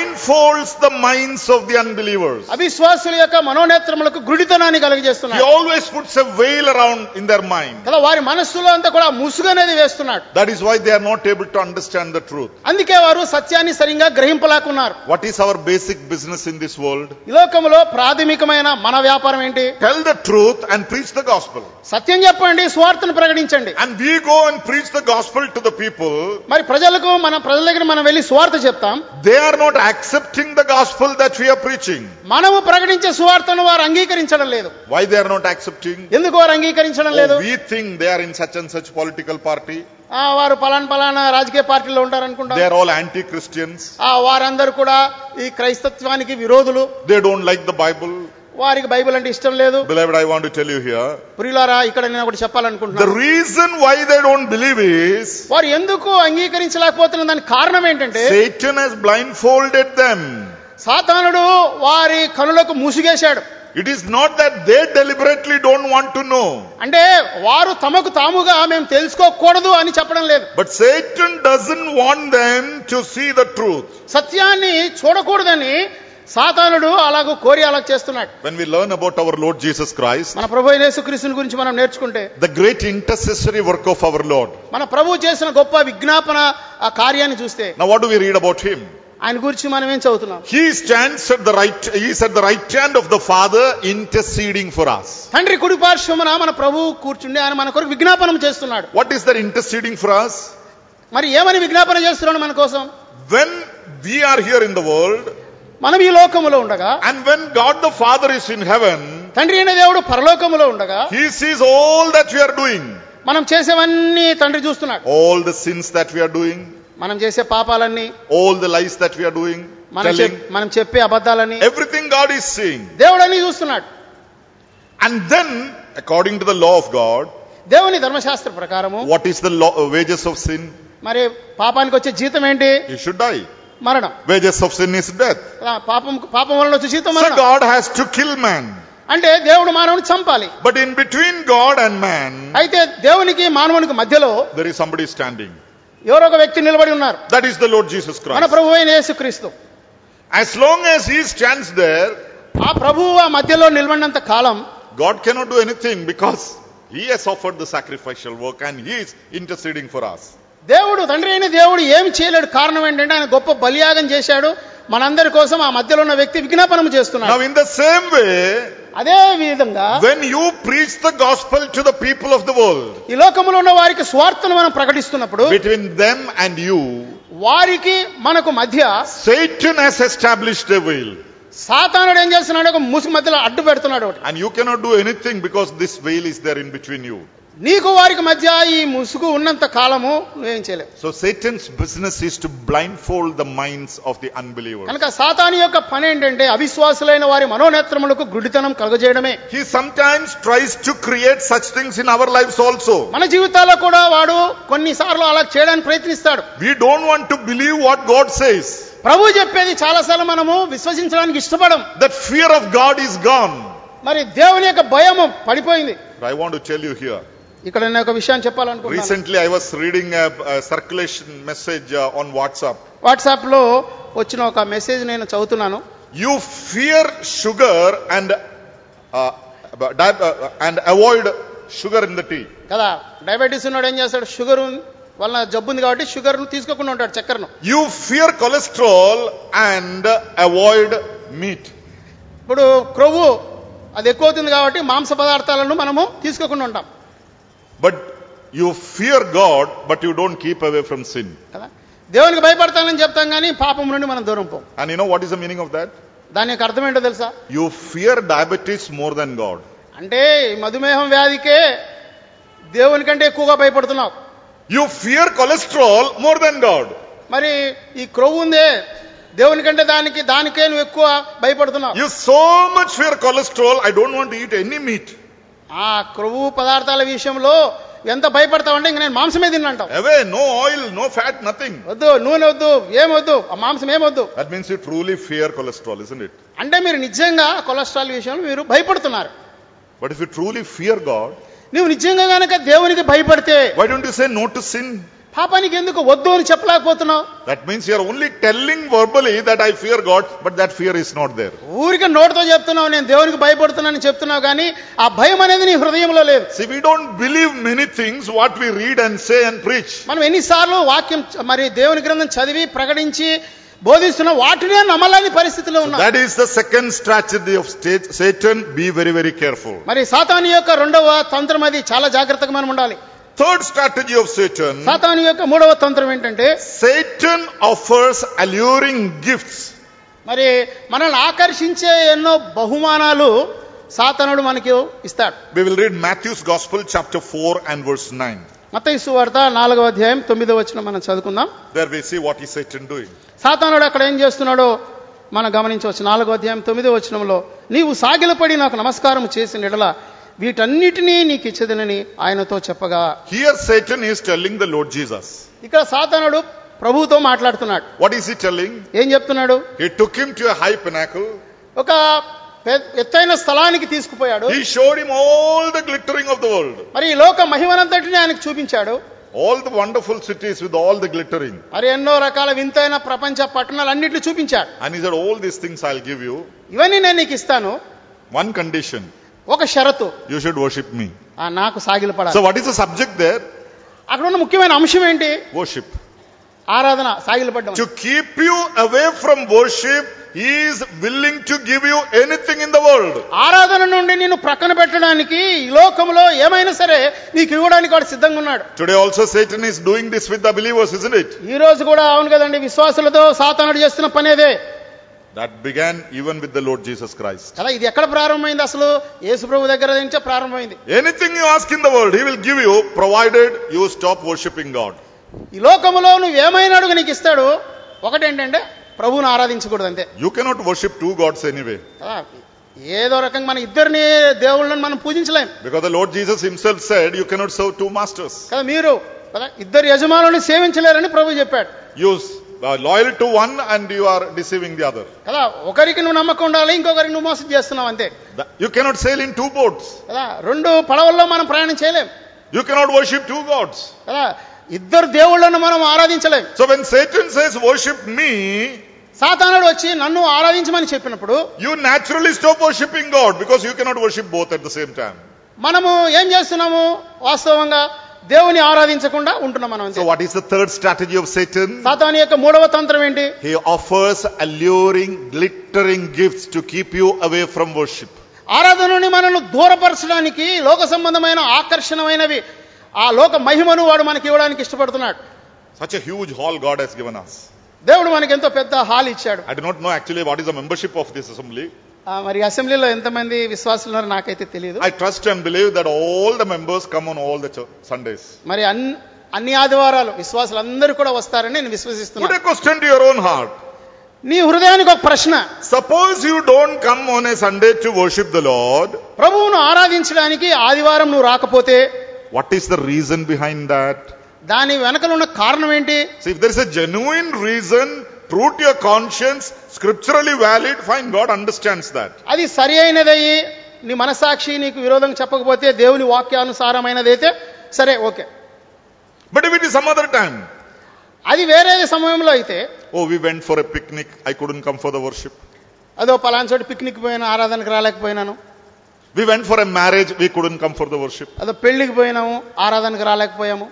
blindfolds the minds of the unbelievers. అవిశ్వాసుల యొక్క మనోనేత్రములకు గుడితనాన్ని He కలిగజేస్తున్నాడు always puts a veil around in their mind. కదా వారి మనస్సులో అంతా కూడా ఆ ముసుగు అనేది వేస్తున్నాడు That is why they are not able to understand the truth. అందుకే వారు సత్యాన్ని సరిగా గ్రహింపలేకున్నారు What is our basic business in this world? ఈ లోకంలో ప్రాథమికమైన మన వ్యాపారం ఏంటి Tell the truth and preach the gospel. సత్యం చెప్పండి స్వార్థను ప్రకటించండి And we go and preach the gospel to the people. మరి ప్రజలకు మన ప్రజల దగ్గర మనం వెళ్ళి స్వార్థ చెప్తాం They are not accepting the gospel that we are preaching. మనము ప్రకటించే సువార్తను వారు అంగీకరించడం లేదు Why they are not accepting? ఎందుకు వారు అంగీకరించడం లేదు Oh, we think they are in such and such political party. ఆ, వారు పలానా పలానా రాజకీయ పార్టీలో ఉంటారు They అనుకుంటారు are all anti-Christians. ఆ వారందరూ కూడా ఈ క్రైస్తత్వానికి విరోధులు They don't like the Bible. వారికి బైబిల్ అంటే ఇష్టం లేదు Beloved, I want to tell you here, ప్రియులారా ఇక్కడ నేను ఒకటి the చెప్పాలనుకుంటున్నాను reason why they don't believe is వారు ఎందుకు అంగీకరించలేకపోతున్న దానికి కారణం ఏంటంటే Satan has blindfolded them. సాతానుడు వారి కనులకు మూసిగేశాడు It is not that they deliberately don't want to know. అంటే వారు తమకు తాముగా మేము తెలుసుకోకూడదు అని చెప్పడం లేదు But Satan doesn't want them to see the truth. సత్యాన్ని చూడకూడదని సాతానుడు అలాగూ కోరి అలా చేస్తున్నాడు When we learn about our Lord Jesus Christ, మన ప్రభు యేసుక్రీస్తుని గురించి మనం నేర్చుకుంటే the great intercessory work of our Lord. మన ప్రభు చేసిన గొప్ప విజ్ఞాపన ఆ కార్యాన్ని చూస్తే Now what do we read about him? ఆయన గురించి మనం ఏం చదువుతున్నాం He stands at the right, he is at the right hand of the Father interceding for us. తండ్రి కుడి పార్శ్వమున మన ప్రభువు కూర్చుండి ఆయన మన కొరకు విజ్ఞాపనం చేస్తున్నాడు What is that interceding for us? మరి ఏమని విజ్ఞాపన చేస్తున్నాడు మన కోసం When we are here in the world మనం ఈ లోకములో ఉండగా and when God the Father is in heaven, తండ్రి అయిన దేవుడు పరలోకములో ఉండగా he sees all that we are doing, మనం చేసేవన్నీ తండ్రి చూస్తున్నాడు all the sins that we are doing, మనం చేసే పాపాలన్నీ all the lies that we are doing, మనం చెప్- telling, మనం చెప్పే అబద్ధాలని everything God is seeing. దేవుడు అన్ని చూస్తున్నాడు And then, according to the law of God, దేవుని ధర్మశాస్త్ర ప్రకారము what is the law, wages of sin? మరి పాపానికి వచ్చే జీతం ఏంటి You should die. మరణం Wages of sin is death. ఆ పాపం పాపం వలన వచ్చే జీతం So మరణం God has to kill man. అంటే దేవుడు మానవుని చంపాలి But in between God and man, అయితే దేవునికి మానవునికి మధ్యలో there is somebody standing. ఎవరో ఒక వ్యక్తి నిలబడి ఉన్నారు That is the Lord Jesus మన Christ. ప్రభువైన యేసుక్రీస్తు As long as he stands there, ఆ ప్రభువు ఆ మధ్యలో నిలబడినంత కాలం God cannot do anything because he has offered the sacrificial work and he is interceding for us. దేవుడు తండ్రి అయిన దేవుడు ఏమి చేయలేడు కారణం ఏంటంటే ఆయన గొప్ప బలియాగం చేశాడు మనందరి కోసం ఆ మధ్యలో ఉన్న వ్యక్తి విజ్ఞాపనం Now, చేస్తున్నాడు in the same way, అదే విధంగా when you preach the gospel to the people of the world, ఈ లోకంలో ఉన్న వారికి స్వార్థను మనం ప్రకటిస్తున్నప్పుడు between them and you, వారికి మనకు మధ్య Satan has established a veil. సాతానుడు ఏం చేస్తున్నాడు ఒక ముసుగు మధ్యలో అడ్డు పెడుతున్నాడు ఒకటి And you cannot do anything because this veil is there in between you. నీకు వారికి మధ్య ఈ ముసుగు ఉన్నంత కాలము నువ్వేం చేయలేవు So Satan's business is to blindfold the minds of the unbelievers. కనుక సాతాను యొక్క పని ఏంటంటే అవిశ్వాసులైన వారి మనోనేత్రములకు గుడ్డితనం కలుగజేయడమే He sometimes tries to create such things in our lives also. మన జీవితాల్లో కూడా వాడు కొన్నిసార్లు అలా చేయడానికి ప్రయత్నిస్తాడు We don't want to believe what God says. ప్రభు చెప్పేది చాలాసార్లు మనము విశ్వసించడానికి ఇష్టపడం That fear of God is gone. మరి దేవుని యొక్క భయము పడిపోయింది But I want to tell you here. ఇక్కడ నేను ఒక విషయాన్ని చెప్పాలనుకుంటున్నాను Recently I was reading a, a circulation message uh, on WhatsApp. WhatsApp లో వచ్చిన ఒక మెసేజ్ నేను చదువుతున్నాను You fear sugar and uh, di- uh, and avoid sugar in the tea. కదా డయాబెటీస్ ఉన్నాడు ఏం చేస్తాడు షుగర్ వల్ల జబ్బు ఉంది కాబట్టి షుగర్ ను తీసుకోకుండా ఉంటాడు చక్కెరను You fear cholesterol and avoid meat. ఇప్పుడు క్రొవ్వు అది ఎక్కువ అవుతుంది కాబట్టి మాంస పదార్థాలను మనము తీసుకోకుండా ఉంటాం But you fear God, but you don't keep away from sin. కదా దేవునికి భయపడతానని చెప్తాం కానీ పాపం నుండి మనం దూరం పోం And you know what is the meaning of that? దాని యొక్క అర్థం ఏంటో తెలుసా You fear diabetes more than God. అంటే ఈ మధుమేహం వ్యాధికే దేవుని కంటే ఎక్కువగా భయపడుతున్నావు You fear cholesterol more than God. మరి ఈ క్రొవ్వు ఉందే దేవుని కంటే దానికి దానికే నువ్వు ఎక్కువ భయపడుతున్నావు You so much fear cholesterol, I don't want to eat any meat. ఆ క్రొవ్వు పదార్థాల విషయంలో ఎంత భయపడతావంటే ఇంక నేను మాంసమే తిన్నంటావు Away, no oil, no fat, nothing. వద్దు నూనె వద్దు ఏమొద్దు ఆ మాంసం ఏమొద్దు That means you truly fear cholesterol, isn't it? అంటే మీరు నిజంగా కొలెస్ట్రాల్ విషయంలో మీరు భయపడుతున్నారు But if you truly fear God, నువ్వు నిజంగా గనక దేవునికి భయపడితే why don't you say no to sin? పాపానికి ఎందుకు వద్దు అని చెప్పలేకపోతున్నావు That means you are only telling verbally that I fear God, but that fear is not there. ఊరికే నోటితో చెప్తున్నావు నేను దేవునికి భయపడుతున్నానని చెప్తున్నావు కానీ ఆ భయం అనేది నీ హృదయంలో లేదు See, we don't believe many things what we read and say and preach. మనం ఎన్నిసార్లు వాక్యం చ- మరి దేవుని గ్రంథం చదివి ప్రకటించి బోధిస్తున్న వాటినే నమ్మలేని పరిస్థితిలో ఉన్నాం That is the second strategy of state, Satan. Be very, very careful. మరి సాతాను యొక్క రెండవ తంత్రం అది చాలా జాగ్రత్తగా మనం ఉండాలి Third strategy of Satan సాతాను యొక్క మూడవ తంత్రం ఏంటంటే Satan offers alluring gifts. మరి మనల్ని ఆకర్షించే ఎన్నో బహుమానాలు సాతానుడు మనకి ఇస్తాడు We will read Matthew's Gospel, chapter 4 and verse 9. మత్తయి సువార్త నాలుగవ అధ్యాయం తొమ్మిదవ వచ్చిన మనం చదువుకుందాం There we see what is Satan doing. సాతానుడు అక్కడ ఏం చేస్తున్నాడో మనం గమనించవచ్చు నాలుగో అధ్యాయం తొమ్మిదో వచనంలో నీవు సాగిలపడి నాకు నమస్కారం చేసిన ఎడల వీటన్నిటినీ నీకు ఇచ్చదనని ఆయనతో చెప్పగా Here Satan is telling the Lord Jesus. ఇక్కడ సాతానుడు ప్రభువుతో మాట్లాడుతున్నాడు What is he telling? ఏం చెప్తున్నాడు He took him to a high pinnacle. ఒక పె- ఎత్తైన స్థలానికి తీసుకుపోయాడు He showed him all the glittering of the world. మరి ఈ లోక మహిమనంతటిని ఆయనకు చూపించాడు All the wonderful cities with all the glittering. మరి ఎన్నో రకాల వింతైన ప్రపంచ పట్టణాలు అన్నిటిని చూపించాడు And he said, all these things I'll give you. ఇవన్నీ నేను నీకు ఇస్తాను One condition. ఒక షరతు You should worship me. ఆ నాకు సాగిలపడాలి So what is the subject there? అక్కడ ఉన్న ముఖ్యమైన అంశం ఏంటి Worship. ఆరాధన సాగిలపడ్డం To keep you away from worship, he is willing to give you anything in the world. ఆరాధన నుండి నిన్ను ప్రక్కన పెట్టడానికి ఈ లోకంలో ఏమైనా సరే నీకు ఇవ్వడానికి వాడు సిద్ధంగా ఉన్నాడు Today also Satan is doing this with the believers, isn't it? ఈ రోజు కూడా అవును కదండి విశ్వాసులతో సాతానుడు చేస్తున్న పనేదే That began even with the Lord Jesus Christ. కదా ఇది ఎక్కడ ప్రారంభమైంది అసలు యేసు ప్రభు దగ్గర నుంచే ప్రారంభమైంది Anything you ask in the world, he will give you, provided you stop worshipping God. ఈ లోకంలో నువ్వు ఏమైనా అడుగు నీకు ఇస్తాడు ఒకటేంటంటే ప్రభువును ఆరాధించకూడదు అంతే You cannot worship two gods anyway. కదా ఏదో రకంగా మన ఇద్దరిని దేవుళ్ళని మనం పూజించలేం Because the Lord Jesus himself said, you cannot serve two masters. కదా మీరు కదా ఇద్దరు యజమానులను సేవించలేరని ప్రభు చెప్పాడు You are loyal to one and you are deceiving the other. కదా ఒకరికి నువ్వు నమ్మకం ఉండాలి ఇంకొకరికి నువ్వు మోసం చేస్తున్నావు అంతే The- You cannot sail in two boats. కదా రెండు పడవల్లో మనం ప్రయాణం చేయలేం You cannot worship two gods. కదా ఇద్దరు దేవుళ్ళను మనం ఆరాధించలేం So when Satan says, worship me, సాతానుడు వచ్చి నన్ను ఆరాధించమని చెప్పినప్పుడు you naturally stop worshipping God because you cannot worship both at the same time. మనము ఏం చేస్తున్నాము వాస్తవంగా దేవుని ఆరాధించకుండా ఉంటున్నాం మనం అంతే So what is the third strategy of Satan? సాతాను యొక్క మూడవ తంత్రం ఏంటి He offers alluring, glittering gifts to keep you away from worship. ఆరాధనని మనల్ని దూరపరచడానికి లోక సంబంధమైన ఆకర్షణమైనవి ఆ లోక మహిమను వాడు మనకి ఇవ్వడానికి ఇష్టపడుతున్నాడు Such a huge hall God has given us. దేవుడు మనకి ఎంతో పెద్ద హాల్ ఇచ్చాడు I do not know actually what is the membership of this assembly. ఆ, మరి అసెంబ్లీలో ఎంతమంది విశ్వాసులు ఉన్నారో నాకైతే తెలియదు I trust and believe that all the members come on all the ch- Sundays. మరి అన్ని అన్ని ఆదివారాలు విశ్వాసులు అందరూ కూడా వస్తారని నేను Put విశ్వసిస్తున్నాను a question to your own heart. నీ హృదయానికి ఒక ప్రశ్న Suppose you don't come on a Sunday to worship the Lord. ప్రభువును ఆరాధించడానికి ఆదివారం నువ్వు రాకపోతే What is the reason behind that? దాని వెనకలు ఉన్న కారణం ఏంటి See, if there is a genuine reason, true to your conscience, scripturally valid, fine, God understands that. అది సరి అయినదయ్యి నీ మనసాక్షి నీకు విరోధం చెప్పకపోతే దేవుని వాక్యానుసారమైనదైతే సరే okay But if it is some other time, అది వేరే సమయంలో అయితే oh, we went for a picnic, I couldn't come for the worship. అదో పలానా చోటు పిక్నిక్ పోయినా ఆరాధనకు రాలేకపోయినాను We went for a marriage, we couldn't come for the worship. అదో పెళ్లికి పోయినాము ఆరాధనకు రాలేకపోయాము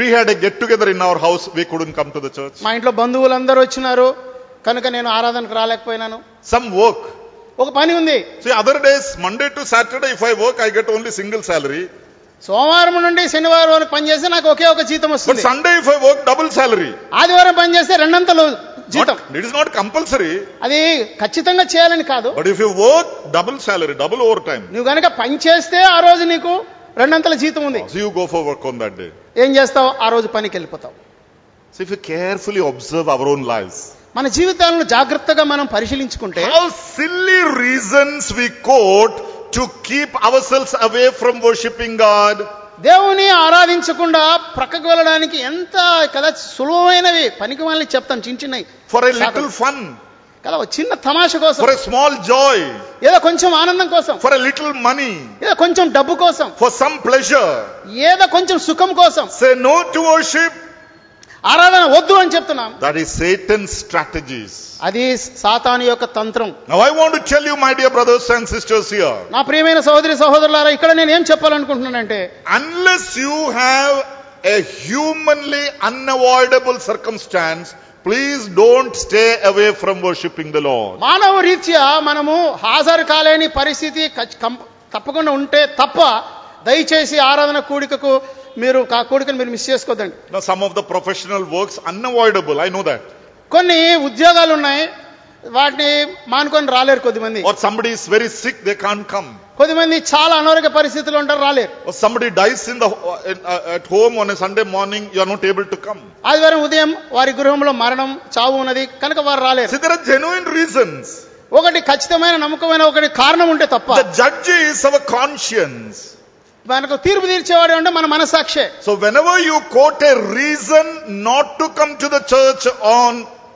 We had a get together in our house, we couldn't come to the church. మా ఇంట్లో బంధువులందరూ వచ్చినారు కనుక నేను ఆరాధనకు రాలేకపోయినాను Some work. ఒక పని ఉంది See, other days, Monday to Saturday, if I work, I get only single salary. సోమవారం నుండి శనివారం వరకు పనిచేస్తే నాకు ఒకే ఒక జీతం But వస్తుంది Sunday, if I work, double salary. ఆదివారం పనిచేస్తే రెండంతలు జీతం Not- it is not compulsory. అది ఖచ్చితంగా చేయాలని కాదు But if you work, double salary, double overtime. నువ్వు గనక పని చేస్తే ఆ రోజు నీకు రెండంతల జీతం ఉంది So you go for work on that day. ఏం చేస్తావు ఆ రోజు పనికి వెళ్ళిపోతావు So if you carefully observe our own lives, మన జీవితాలను జాగ్రత్తగా మనం పరిశీలించుకుంటే how silly reasons we quote to keep ourselves away from worshipping God. దేవుని ఆరాధించకుండా ప్రక్కకు వెళ్ళడానికి ఎంత కదా సులువైనవి పనికి వాళ్ళని చెప్తాను చిన్న చిన్నవి For a little fun, కదా ఒక చిన్న తమాష కోసం for a small joy, ఏదో కొంచెం ఆనందం కోసం for a little money, ఏదో కొంచెం డబ్బు కోసం for some pleasure. ఏదో కొంచెం సుఖం కోసం Say no to worship. ఆరాధన వద్దు అని చెప్తున్నాం That is Satan's strategies. అది సాతాను యొక్క తంత్రం Now I want to tell you, my dear brothers and sisters here, నా ప్రియమైన సహోదరి సహోదరులారా ఇక్కడ నేను ఏం చెప్పాలనుకుంటున్నానంటే unless you have a humanly unavoidable circumstance, please don't stay away from worshipping the Lord. మానవ రీత్యా మనము హాజరు కాలేని పరిస్థితి ఖచ్- కం- తప్పకుండా ఉంటే తప్ప దయచేసి ఆరాధన కూడికకు మీరు ఆ కూడికను మీరు మిస్ చేసుకోదండి Now some of the professional works unavoidable, I know that. కొన్ని ఉద్యోగాలు ఉన్నాయి వాటిని మానుకొని రాలేరు కొద్దిమంది Or somebody is very sick, they can't come. కొద్దిమంది చాలా అనారోగ్య పరిస్థితులు ఉంటారు రాలేరు Or somebody dies in the, in, uh, at home on a Sunday morning, you are not able to come. ఆదివారం ఉదయం వారి గృహంలో మరణం చావు ఉన్నది కనుక వారు రాలేరు See, there are genuine reasons. ఒకటి ఖచ్చితమైన నమ్మకమైన ఒకటి కారణం ఉంటే తప్ప The judge is our conscience. మనకు తీర్పు తీర్చేవాడు అంటే మన మనసాక్షే So whenever you quote a reason not to come to the church on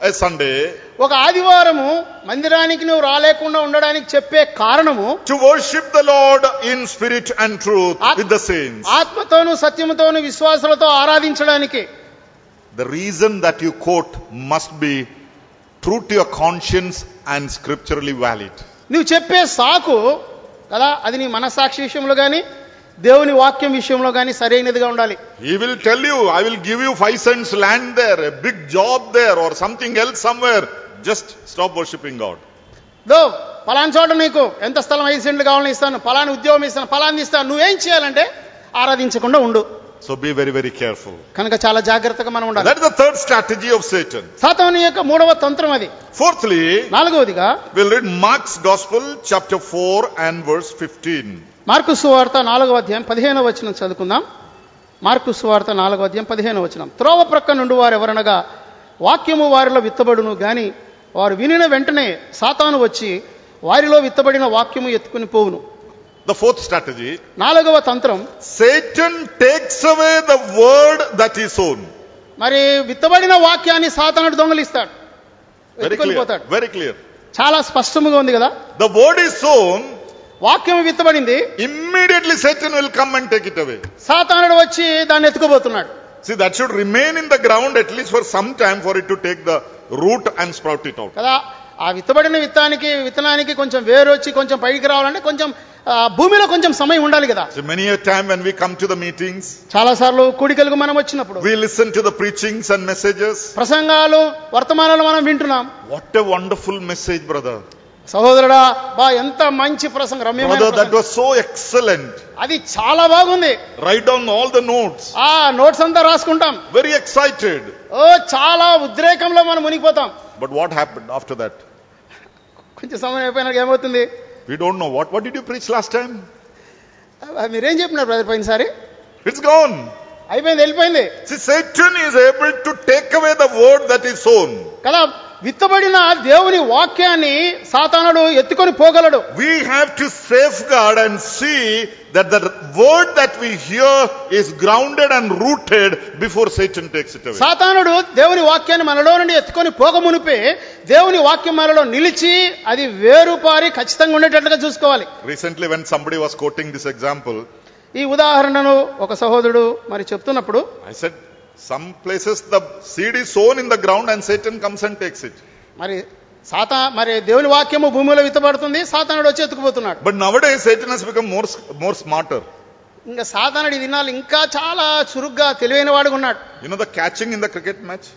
a Sunday, ఒక ఆదివారము మందిరానికి నువ్వు రాలేకుండా ఉండడానికి చెప్పే కారణము to worship the Lord in spirit and truth with the saints, ఆత్మతోను సత్యముతోను విశ్వాసులతో ఆరాధించడానికి the reason that you quote must be true to your conscience and scripturally valid. నువ్వు చెప్పే సాకు కదా అది నీ మనసాక్షి విషయంలో కానీ దేవుని వాక్యం విషయంలో కానీ సరైనదిగా ఉండాలి He will tell you, I will give you five cents land there, a big job there, or something else somewhere. Just stop worshipping God. దో పలానా చోట నీకు ఎంత స్థలం ఐదు సెంట్లు కావాలని ఇస్తాను పలాని ఉద్యోగం ఇస్తాను పలాని ఇస్తాను నువ్వేం చేయాలంటే ఆరాధించకుండా ఉండు So be very, very careful. కనుక చాలా జాగ్రత్తగా మనం ఉండాలి That is the third strategy of Satan. సాతాను యొక్క మూడవ తంత్రం అది Fourthly, నాలుగవదిగా we'll read Mark's Gospel, chapter 4 and verse 15. Mark సువార్త నాలుగవ అధ్యాయం పదిహేనవ వచనం చదువుకుందాం మార్కు సువార్త నాలుగవ అధ్యాయం పదిహేనవ వచనం త్రోవ ప్రక్క నుండి వారు ఎవరనగా వాక్యము వారిలో విత్తబడును గాని వారు వినిన వెంటనే సాతాను వచ్చి వారిలో విత్తబడిన వాక్యము ఎత్తుకుని పోవును The fourth strategy, నాలుగవ తంత్రం Satan takes away the word that is sown. మరి విత్తబడిన వాక్యాన్ని సాతానుడు దొంగలిస్తాడు Very ఎత్తుకొని clear. పోతాడు Very clear. చాలా స్పష్టంగా ఉంది కదా The word is sown, వాక్యం విత్తబడింది immediately Satan will come and take it away. సాతానుడు వచ్చి దాన్ని ఎత్తుకుపోతున్నాడు See, that should remain in the ground at least for some time for it to take the root and sprout it out. కదా ఆ విత్తబడిన విత్తానికి విత్తనానికి కొంచెం వేరొచ్చి కొంచెం పైకి రావాలంటే కొంచెం ఆ, భూమిలో కొంచెం సమయం ఉండాలి కదా See, many a time when we come to the meetings, చాలాసార్లు కూడికలకు మనం వచ్చినప్పుడు we listen to the preachings and messages. ప్రసంగాలు వర్తమానాలు మనం వింటున్నాం What a wonderful message, brother. సహోదరుడా బా ఎంత మంచి ప్రసంగం రమ్యమైన Brother, that ప్రసంగం. was so excellent. అది చాలా బాగుంది Write down all the notes. ఆ నోట్స్ అంతా రాసుకుంటాం Very excited. ఓ చాలా ఉద్రేకంలో మనం మునిగిపోతాం But what happened after that? కొంచెం సమయం అయిపోయినాక ఏమవుతుంది We don't know. What, what did you preach last time? ఆ, మీరేం చెప్పినారు బ్రదర్ పోయినసారి It's gone. అయిపోయింది వెళ్ళిపోయింది See, Satan is able to take away the word that is sown. కదా విత్తబడిన దేవుని వాక్యాన్ని సాతానుడు ఎత్తుకొని పోగలడు We have to safeguard and see that the word that we hear is grounded and rooted before Satan takes it away. సాతానుడు దేవుని వాక్యాన్ని మనలో నుండి ఎత్తుకొని పోకమునిపే దేవుని వాక్యం మనలో నిలిచి అది వేరుపారి ఖచ్చితంగా ఉండేటట్లుగా చూసుకోవాలి Recently, when somebody was quoting this example, ఈ ఉదాహరణను ఒక సహోదరుడు మరి చెప్తున్నప్పుడు I said, some places the seed is sown in the ground and Satan comes and takes it. మరి సాతా మరి దేవుని వాక్యము భూమిలో విత్తబడుతుంది సాతానుడు వచ్చి ఎత్తుకుపోతున్నాడు But nowadays, Satan has become more, more smarter. ఇంకా సాతానుడు ఈ దినాలు ఇంకా చాలా చురుగ్గా తెలివైన వాడుగా ఉన్నాడు You know the catching in the cricket match?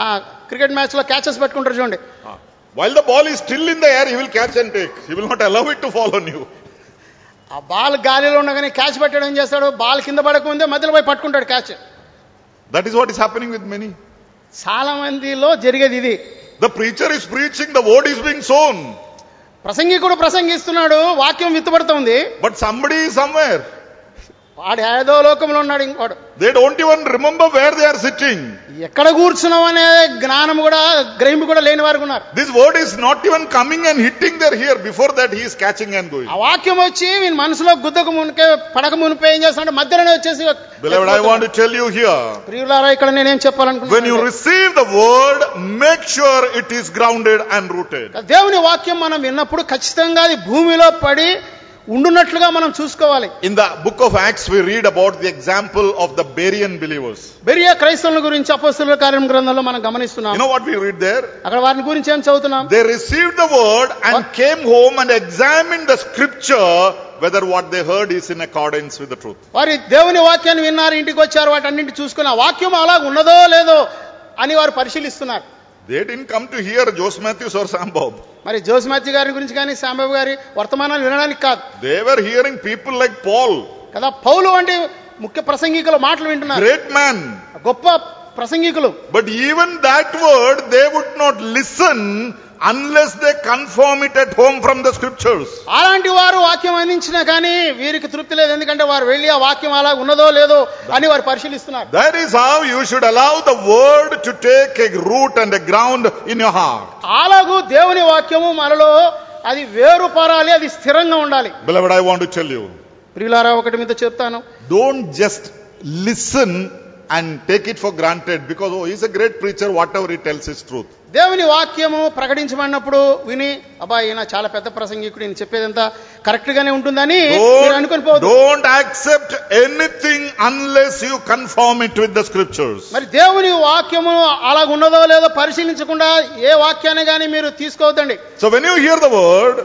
ఆ క్రికెట్ మ్యాచ్ లో క్యాచెస్ పెట్టుకుంటారు చూడండి Ah. While the ball is still in the air, he will catch and take. He will not allow it to fall on you. ఆ బాల్ గాలిలో ఉండగానే catch పెట్టడం ఏం చేస్తాడు బాల్ కింద పడకముందే మధ్యలో పోయి పట్టుకుంటాడు catch That is what is happening with many. చాలా మందిలో జరిగేది ఇది The preacher is preaching, the word is being sown. ప్రసంగికుడు ప్రసంగిస్తున్నాడు వాక్యం విత్తబడుతోంది But somebody is somewhere. వాడు ఏదో లోకంలో ఉన్నాడు ఇంకోడు They don't even remember where they are sitting. ఎక్కడ కూర్చున్నాం అనే జ్ఞానం కూడా గ్రహింపు కూడా లేని వారు ఉన్నారు This word is not even coming and hitting their ear. Before that, he is catching and going. ఆ వాక్యం వచ్చి వీని మనసులో గుద్దకు మునికే పడక మునిపే ఏం చేస్తున్నాడు మధ్యలోనే వచ్చేసి Beloved, I want to tell you here. ప్రియులారా ఇక్కడ నేనేం When you చెప్పాలనుకుంటున్నాను receive the word, make sure it is grounded and rooted. దేవుని వాక్యం మనం విన్నప్పుడు ఖచ్చితంగా అది భూమిలో పడి ఉండున్నట్లుగా మనం చూసుకోవాలి In the book of Acts, we read about the example of the Berean believers. Berea క్రైస్తవుల గురించి అపోస్తుల కార్యం గ్రంథంలో మనం గమనిస్తున్నాం You know what we read there? అక్కడ వారిని గురించి ఏం చదువుతున్నాం They received the word and came home and examined the scripture whether what they heard is in accordance with the truth. వారి దేవుని వాక్యాన్ని విన్నారు ఇంటికి వచ్చారు వాటన్నింటి చూసుకుని ఆ వాక్యం అలా ఉన్నదో లేదో అని వారు పరిశీలిస్తున్నారు They didn't come to hear Jose Matthews or Sam Bob. మరి జోస్ మాథ్యూ గారి గురించి కానీ సాంబాబు గారి వర్తమానాలు వినడానికి కాదు They were hearing people like Paul, కదా పౌలు వంటి ముఖ్య ప్రసంగికుల మాటలు వింటున్నారు great man, గొప్ప ప్రసంగికులు But even that word they would not listen unless they confirm it at home from the scriptures. అలాంటి వారు వాక్యం అందించినా కానీ వీరికి తృప్తి లేదు ఎందుకంటే వారు వెళ్ళి ఆ వాక్యం అలా ఉన్నదో లేదో అని వారు పరిశీలిస్తున్నారు That is how you should allow the word to take a root and a ground in your heart. అలాగూ దేవుని వాక్యము మనలో అది వేరు పారాలి అది స్థిరంగా ఉండాలి Beloved, I want to tell you, ప్రియులారా ఒకటి మీతో చెప్తాను don't just listen and take it for granted because oh, he's a great preacher, whatever he tells is truth. దేవుని వాక్యము ప్రకటించబడినప్పుడు విని అబ్బా ఈయన చాలా పెద్ద ప్రసంగికుడు ఈయన చెప్పేదంతా కరెక్ట్ గానే ఉంటుందని మీరు Don't, అనుకొని పోవద్దు don't accept anything unless you conform it with the scriptures. మరి దేవుని వాక్యము అలాగ ఉన్నదో లేదో పరిశీలించకుండా ఏ వాక్యాన్ని కానీ మీరు తీసుకోవద్దండి So when you hear the word,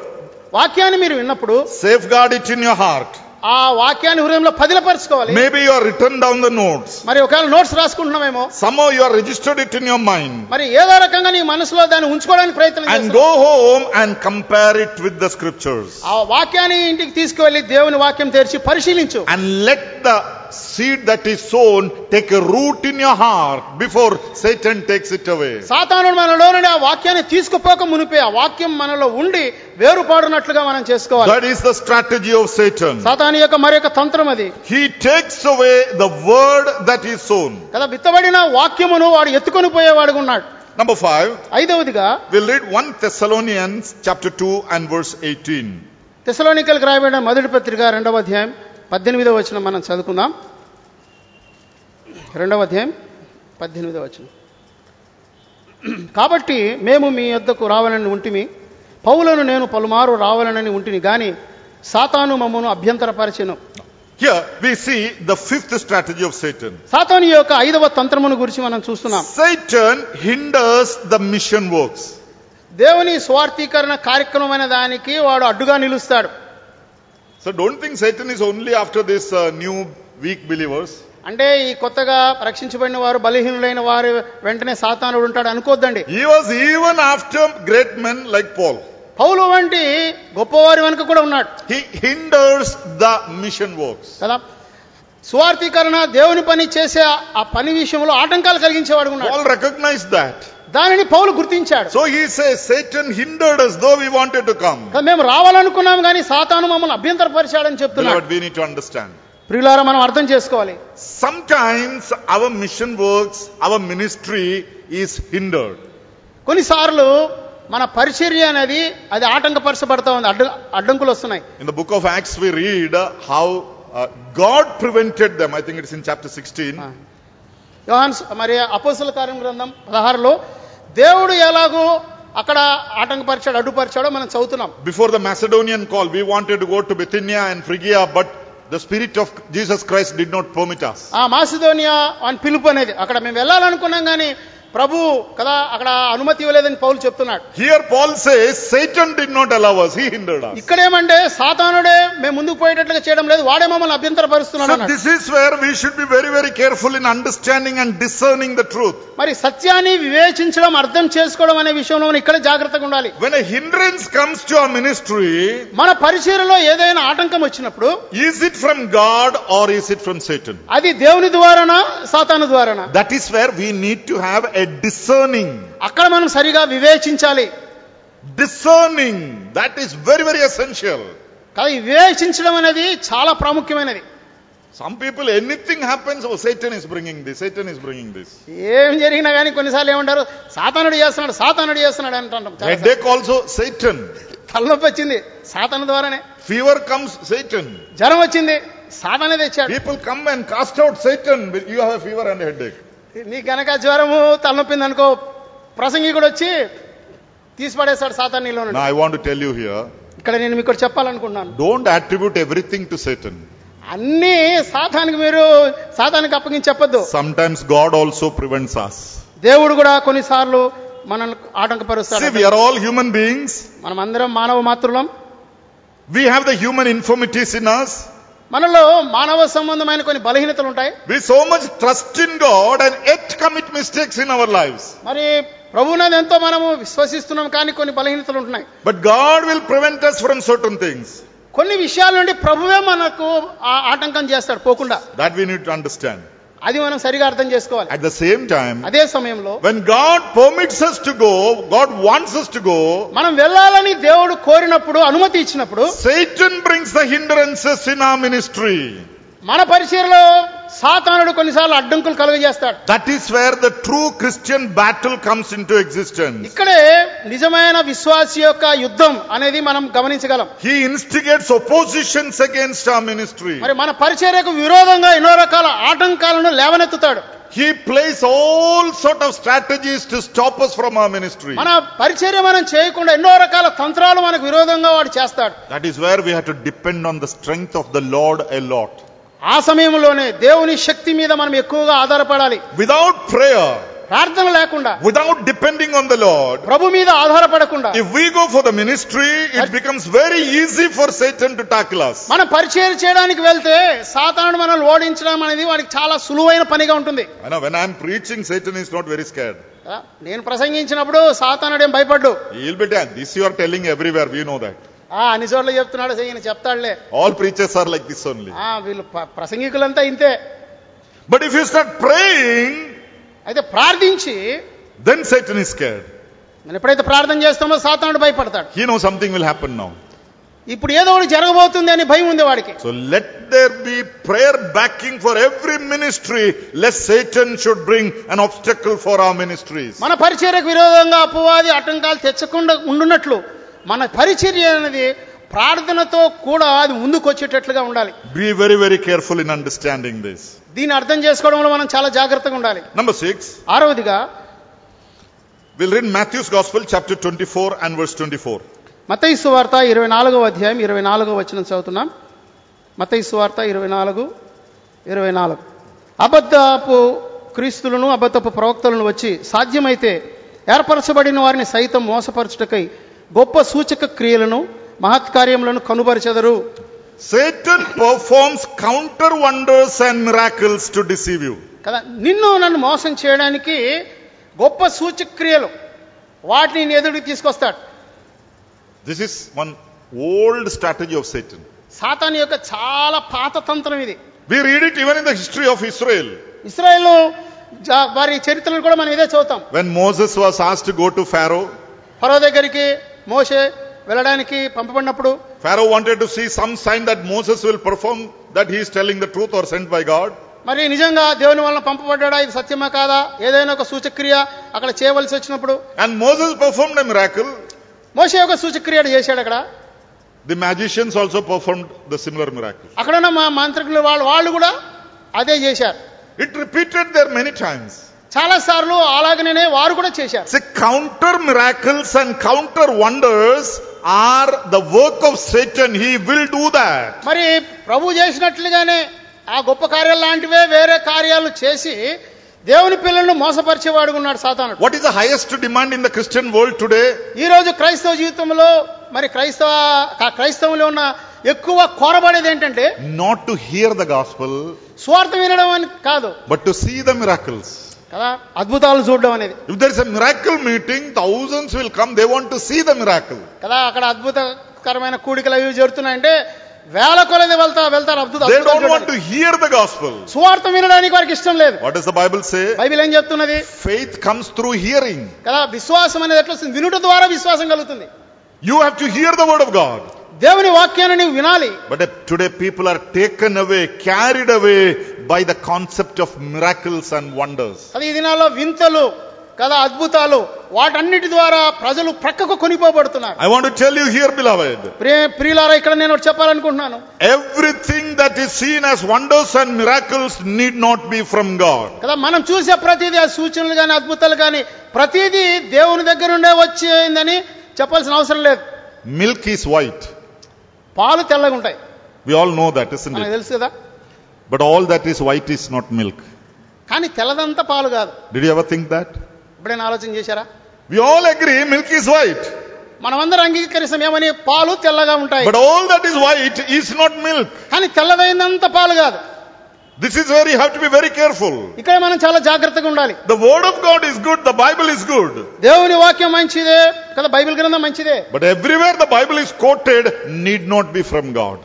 వాక్యాన్ని మీరు విన్నప్పుడు safeguard it in your heart. ఆ వాక్యాన్ని హృదయంలో పదిలపరచుకోవాలి Maybe you are written down the notes. మరి ఒకవేళ నోట్స్ రాసుకుంటున్నామేమో Somehow you are registered it in your mind. మరి ఏదో రకంగా నీ మనసులో దాన్ని ఉంచుకోవడానికి ప్రయత్నం And చేస్తున్నాం. go home and compare it with the scriptures. ఆ వాక్యాన్ని ఇంటికి తీసుకువెళ్ళి దేవుని వాక్యం తెరిచి పరిశీలించు And let the seed that is sown take a root in your heart before Satan takes it away. సాతానుడు మనలో నుండి ఆ వాక్యాన్ని తీసుకుపోక మునిపే ఆ వాక్యం మనలో ఉండి వేరుపాడునట్లుగా మనం చేసుకోవాలి That is the strategy of Satan. సాతాను యొక్క మరి యొక్క తంత్రం అది He takes away the word that is sown. కదా విత్తబడిన వాక్యమును వాడు ఎత్తుకొని పోయేవాడుగా ఉన్నాడు Number five, ఐదవదిగా we'll read 1 Thessalonians chapter 2 and verse 18. తెసలోనికలకు రాయబడిన మొదటి పత్రిక రెండవ అధ్యాయం పద్దెనిమిదవ వచనం మనం చదువుకుందాం రెండవ అధ్యాయం పద్దెనిమిదవ వచనం కాబట్టి మేము మీ యొద్దకు రావాలని ఉంటిమి పౌలను నేను పలుమారు రావాలనని ఉంటిని కానీ సాతాను మమ్మను అభ్యంతరపరిచెను Here we see the fifth strategy of Satan. సాతాను యొక్క ఐదవ తంత్రమును గురించి మనం చూస్తున్నాం Satan hinders the mission works. దేవుని స్వార్థీకరణ కార్యక్రమమైన దానికి వాడు అడ్డుగా నిలుస్తాడు So don't think Satan is only after these uh, new weak believers. అంటే ఈ కొత్తగా రక్షించబడిన వారు బలహీనులైన వారు వెంటనే సాతానుడు ఉంటాడు అనుకోద్దండి He was even after great men like Paul. పౌలు వంటి గొప్పవారి వెనుక కూడా ఉన్నాడు He hinders the mission works. కదా స్వార్థీకరణ దేవుని పని చేసే ఆ- ఆ పని విషయంలో ఆటంకాలు కలిగించేవాడు ఉన్నాడు Paul recognized that. దానిని పౌలు గుర్తించాడు So he says, Satan hindered us though we wanted to come. కదా మేము రావాలనుకున్నాం కానీ సాతాను మమ్మల్ని అభ్యంతరపరిచాడని చెప్తున్నాడు Beloved, we need to understand. ప్రియులారా మనం అర్థం చేసుకోవాలి Sometimes our mission works, our ministry is hindered. కొన్నిసార్లు మన పరిచర్య అనేది అది ఆటంకపరచబడతా ఉంది అడ్డు అడ్డంకులు వస్తున్నాయి In the book of Acts, we read uh, how uh, God prevented them. I think it's in chapter 16. యోహాన్ సు- మరి అపోస్తుల కార్యం గ్రంథం పదహారులో దేవుడు ఎలాగో అక్కడ ఆటంకపరిచాడు అడ్డుపరిచాడో మనం చదువుతున్నాం Before the Macedonian call, we wanted to go to Bithynia and Phrygia, but the Spirit of Jesus Christ did not permit us. ఆ మాసిదోనియా అని పిలుపు అనేది అక్కడ మేము వెళ్ళాలనుకున్నాం కానీ ప్రభు కదా అక్కడ అనుమతి ఇవ్వలేదని పౌలు చెప్తున్నాడు Here, Paul says, Satan did not allow us, he hindered us. ఇక్కడేమంటే సాతానుడే మేము ముందుకు పోయేటట్లుగా చేయడం లేదు వాడే మమ్మల్ని అభ్యంతరపరుస్తున్నాడు So, అన్నాడు. this is where we should be very, very careful in understanding and discerning the truth. మరి సత్యాన్ని వివేచించడం అర్థం చేసుకోవడం అనే విషయంలో మనం ఇక్కడ జాగ్రత్తగా ఉండాలి When a hindrance comes to our ministry, మన పరిచయలో ఏదైనా ఆటంకం వచ్చినప్పుడు is it from God or is it from Satan? అది దేవుని ద్వారానా సాతాను ద్వారానా That is where we need to have a discerning. అక్కడ మనం సరిగా వివేచించాలి discerning that is very very essential కదా ఈ వివేచించడం అనేది చాలా ప్రాముఖ్యమైనది some people anything happens oh satan is bringing this satan is bringing this ఏం జరిగినా కానీ కొన్నిసార్లు ఏమంటారు సాతానుడు చేస్తున్నాడు సాతానుడు చేస్తున్నాడు అంటాం చాలా headache also satan తలనొప్పి వచ్చింది సాతాను ద్వారానే fever comes satan జ్వరం వచ్చింది సాతానే తెచ్చాడు people come and cast out satan but you have a fever and a headache నీకు గనక జ్వరము తలనొప్పింది అనుకో ప్రసంగికుడు వచ్చి తీసిపడేస్తాడు సాతాన్ నీలో నుండి. now i want to tell you here ఇక్కడ నేను మీకు ఒకటి చెప్పాలనుకున్నాను don't attribute everything to satan అన్ని సాతానికి మీరు సాతానికి అప్పగించి చెప్పొద్దు sometimes god also prevents us దేవుడు కూడా కొన్నిసార్లు మనల్ని ఆటంకపరుస్తాడు see we are all human beings మనం అందరం మానవ మాతృలం we have the human infirmities in us మనలో మానవ సంబంధమైన కొన్ని బలహీనతలు ఉంటాయి we so much trust in god and yet commit mistakes in our lives మరి ప్రభువునది ఎంతో మనము విశ్వసిస్తున్నాం కానీ కొన్ని బలహీనతలు ఉంటున్నాయి But God will prevent us from certain things. కొన్ని విషయాల నుండి ప్రభువే మనకు ఆ ఆటంకం చేస్తాడు పోకుండా That we need to understand. అది మనం సరిగా అర్థం చేసుకోవాలి At the same time, అదే సమయంలో when God permits us to go, God wants us to go, మనం వెళ్ళాలని దేవుడు కోరినప్పుడు అనుమతి ఇచ్చినప్పుడు Satan brings the hindrances in our ministry. మన పరిచయలో సాతానుడు కొన్నిసార్లు అడ్డంకులు కలుగజేస్తాడు That is where the true Christian battle comes into existence. ఇక్కడే నిజమైన విశ్వాసి యొక్క యుద్ధం అనేది మనం గమనించగలం He instigates oppositions against our ministry. మరి మన పరిచర్యకు విరోధంగా ఎన్నో రకాల ఆటంకాలను లేవనెత్తుతాడు He plays all sort of strategies to stop us from our ministry. మన పరిచర్య మనం చేయకుండా ఎన్నో రకాల తంత్రాలు మనకు విరోధంగా వాడు చేస్తాడు That is where we have to depend on the strength of the Lord a lot. ఆ సమయంలోనే దేవుని శక్తి మీద మనం ఎక్కువగా ఆధారపడాలి Without prayer, ప్రార్థన లేకుండా without depending on the Lord, ప్రభు మీద ఆధారపడకుండా if we go for the ministry, it becomes very easy for Satan to tackle us. మనం పరిచయం చేయడానికి వెళ్తే సాతానుడు మనల్ని ఓడించడం అనేది వాడికి చాలా సులువైన పనిగా ఉంటుంది I know when I'm preaching, Satan is not very scared. కదా? నేను ప్రసంగించినప్పుడు సాతానుడు ఏం భయపడ్డు He'll be damned. This you are telling everywhere, we know that. ఆ అన్ని చోట్ల చెప్తున్నాడు ఈయన చెప్తాడులే All preachers are like this only. ఆ వీళ్ళు ప- ప్రసంగికులంతా ఇంతే But if you start praying, అయితే ప్రార్థించి then Satan is scared. మనం ఎప్పుడైతే ప్రార్థన చేస్తామో సాతానుడు భయపడతాడు He knows something will happen now. ఇప్పుడు ఏదో ఒకటి జరగబోతుంది అని భయం ఉంది వాడికి So let there be prayer backing for every ministry, lest Satan should bring an obstacle for our ministries. మన పరిచర్యకు విరోధంగా అపవాది ఆటంకాలు తెచ్చకుండా ఉండున్నట్లు మన పరిచర్య అనేది ప్రార్థనతో కూడా అది ముందుకొచ్చేటట్లుగా ఉండాలి Be very, very careful in understanding this. దీన్ని అర్థం చేసుకోవడంలో మనం చాలా జాగ్రత్తగా ఉండాలి Number six, ఆరవదిగా we'll read Matthew's Gospel, chapter 24 and verse 24. Matayi సువార్త ఇరవై నాలుగవ అధ్యాయం ఇరవై నాలుగవ వచనం చదువుతున్నాం మతయి సువార్త ఇరవై నాలుగు ఇరవై నాలుగు అబద్ధపు క్రీస్తులను అబద్ధపు ప్రవక్తలను వచ్చి సాధ్యమైతే ఏర్పరచబడిన వారిని సైతం మోసపరచుటకై గొప్ప సూచక క్రియలను మహత్కార్యములను కనుబరచెదరు Satan performs counter wonders and miracles to deceive you. కదా నిన్ను నన్ను మోసం చేయడానికి గొప్ప సూచక క్రియలు వాటిని నీ ఎదుటికి తీసుకొస్తాడు This is one old strategy of Satan. సాతాను యొక్క చాలా పాత తంత్రం ఇది We read it even in the history of Israel. Israel వారి చరిత్రను కూడా మనం ఇదే చూద్దాం When Moses was asked to go to Pharaoh, ఫరో దగ్గరికి మోషే వెళ్ళడానికి పంపబడినప్పుడు Pharaoh wanted to see some sign that Moses will perform that he is telling the truth or sent by God. మరి నిజంగా దేవుని వలన పంపబడ్డా ఇది సత్యమా కాదా ఏదైనా ఒక సూచక్రియ అక్కడ చేయవలసి వచ్చినప్పుడు And Moses performed a miracle. మోషే ఒక సూచక్రియ చేశాడు అక్కడ The magicians also performed the similar miracle. అక్కడ ఉన్న మా మాంత్రికులు వాళ్ళు వాళ్ళు కూడా అదే చేశారు It repeated there many times. చాలా సార్లు అలాగనే వారు కూడా చేశారు See, counter miracles and counter wonders are the work of Satan. He will do that. మరి ప్రభు చేసినట్లుగానే ఆ గొప్ప కార్యాలు లాంటివే వేరే కార్యాలు చేసి దేవుని పిల్లలను మోసపరిచేవాడుగా ఉన్నాడు సాతానుడు What is the highest demand in the Christian world today? ఈ రోజు క్రైస్తవ జీవితంలో మరి క్రైస్తవ ఆ క్రైస్తవంలో ఉన్న ఎక్కువ కోరబడేది ఏంటంటే Not to hear the gospel, స్వార్థం వినడం అని కాదు but to see the miracles. కదా అద్భుతాలు చూడడం అనేది If there is a miracle meeting, thousands will come. They want to see the miracle. కదా అక్కడ అద్భుతకరమైన కూడికలు అవి జరుగుతున్నాయంటే వేల కొలది వెళ్తా వెళ్తారు అద్భుత They అద్భుతాలు don't want చూడడానికి. to hear the gospel. స్వార్థం వినడానికి వారికి ఇష్టం లేదు What does the Bible say? Bible ఏం చెప్తున్నది Faith comes through hearing. కదా విశ్వాసం అనేది ఎట్లా వస్తుంది వినుట ద్వారా విశ్వాసం కలుగుతుంది You have to hear the word of God. దేవుని వాక్యాన్ని నీవు వినాలి But uh, today people are taken away, carried away by the concept of miracles and wonders. కదా ఈ దినాల్లో వింతలు కదా అద్భుతాలు వాటన్నిటి ద్వారా ప్రజలు ప్రక్కకు కొనిపోబడుతున్నారు I want to tell you here, beloved, ప్రియ ప్రియులారా ఇక్కడ నేను ఒకటి చెప్పాలనుకుంటున్నాను everything that is seen as wonders and miracles need not be from God. కదా మనం చూసే ప్రతిదీ ఆ సూచనలు కానీ అద్భుతాలు కానీ ప్రతిదీ దేవుని దగ్గర నుండే వచ్చిందని చెప్పాల్సిన అవసరం లేదు Milk is white. పాలు తెల్లగా ఉంటాయి We all know that, isn't మనకు it? తెలుసు కదా But all that is white is not milk. కానీ తెల్లదంతా పాలు కాదు Did you ever think that? ఇప్పుడైనా ఆలోచన చేశారా We all agree milk is white. మనమందరం అంగీకరిస్తాం ఏమని పాలు తెల్లగా ఉంటాయి But all that is white is not milk. కానీ తెల్లదైనంత పాలు కాదు This is where you have to be very careful. ఇక్కడ మనం చాలా జాగ్రత్తగా ఉండాలి The word of God is good, the Bible is good. దేవుని వాక్యం మంచిదే కదా బైబిల్ గ్రంథం మంచిదే But everywhere the Bible is quoted need not be from God.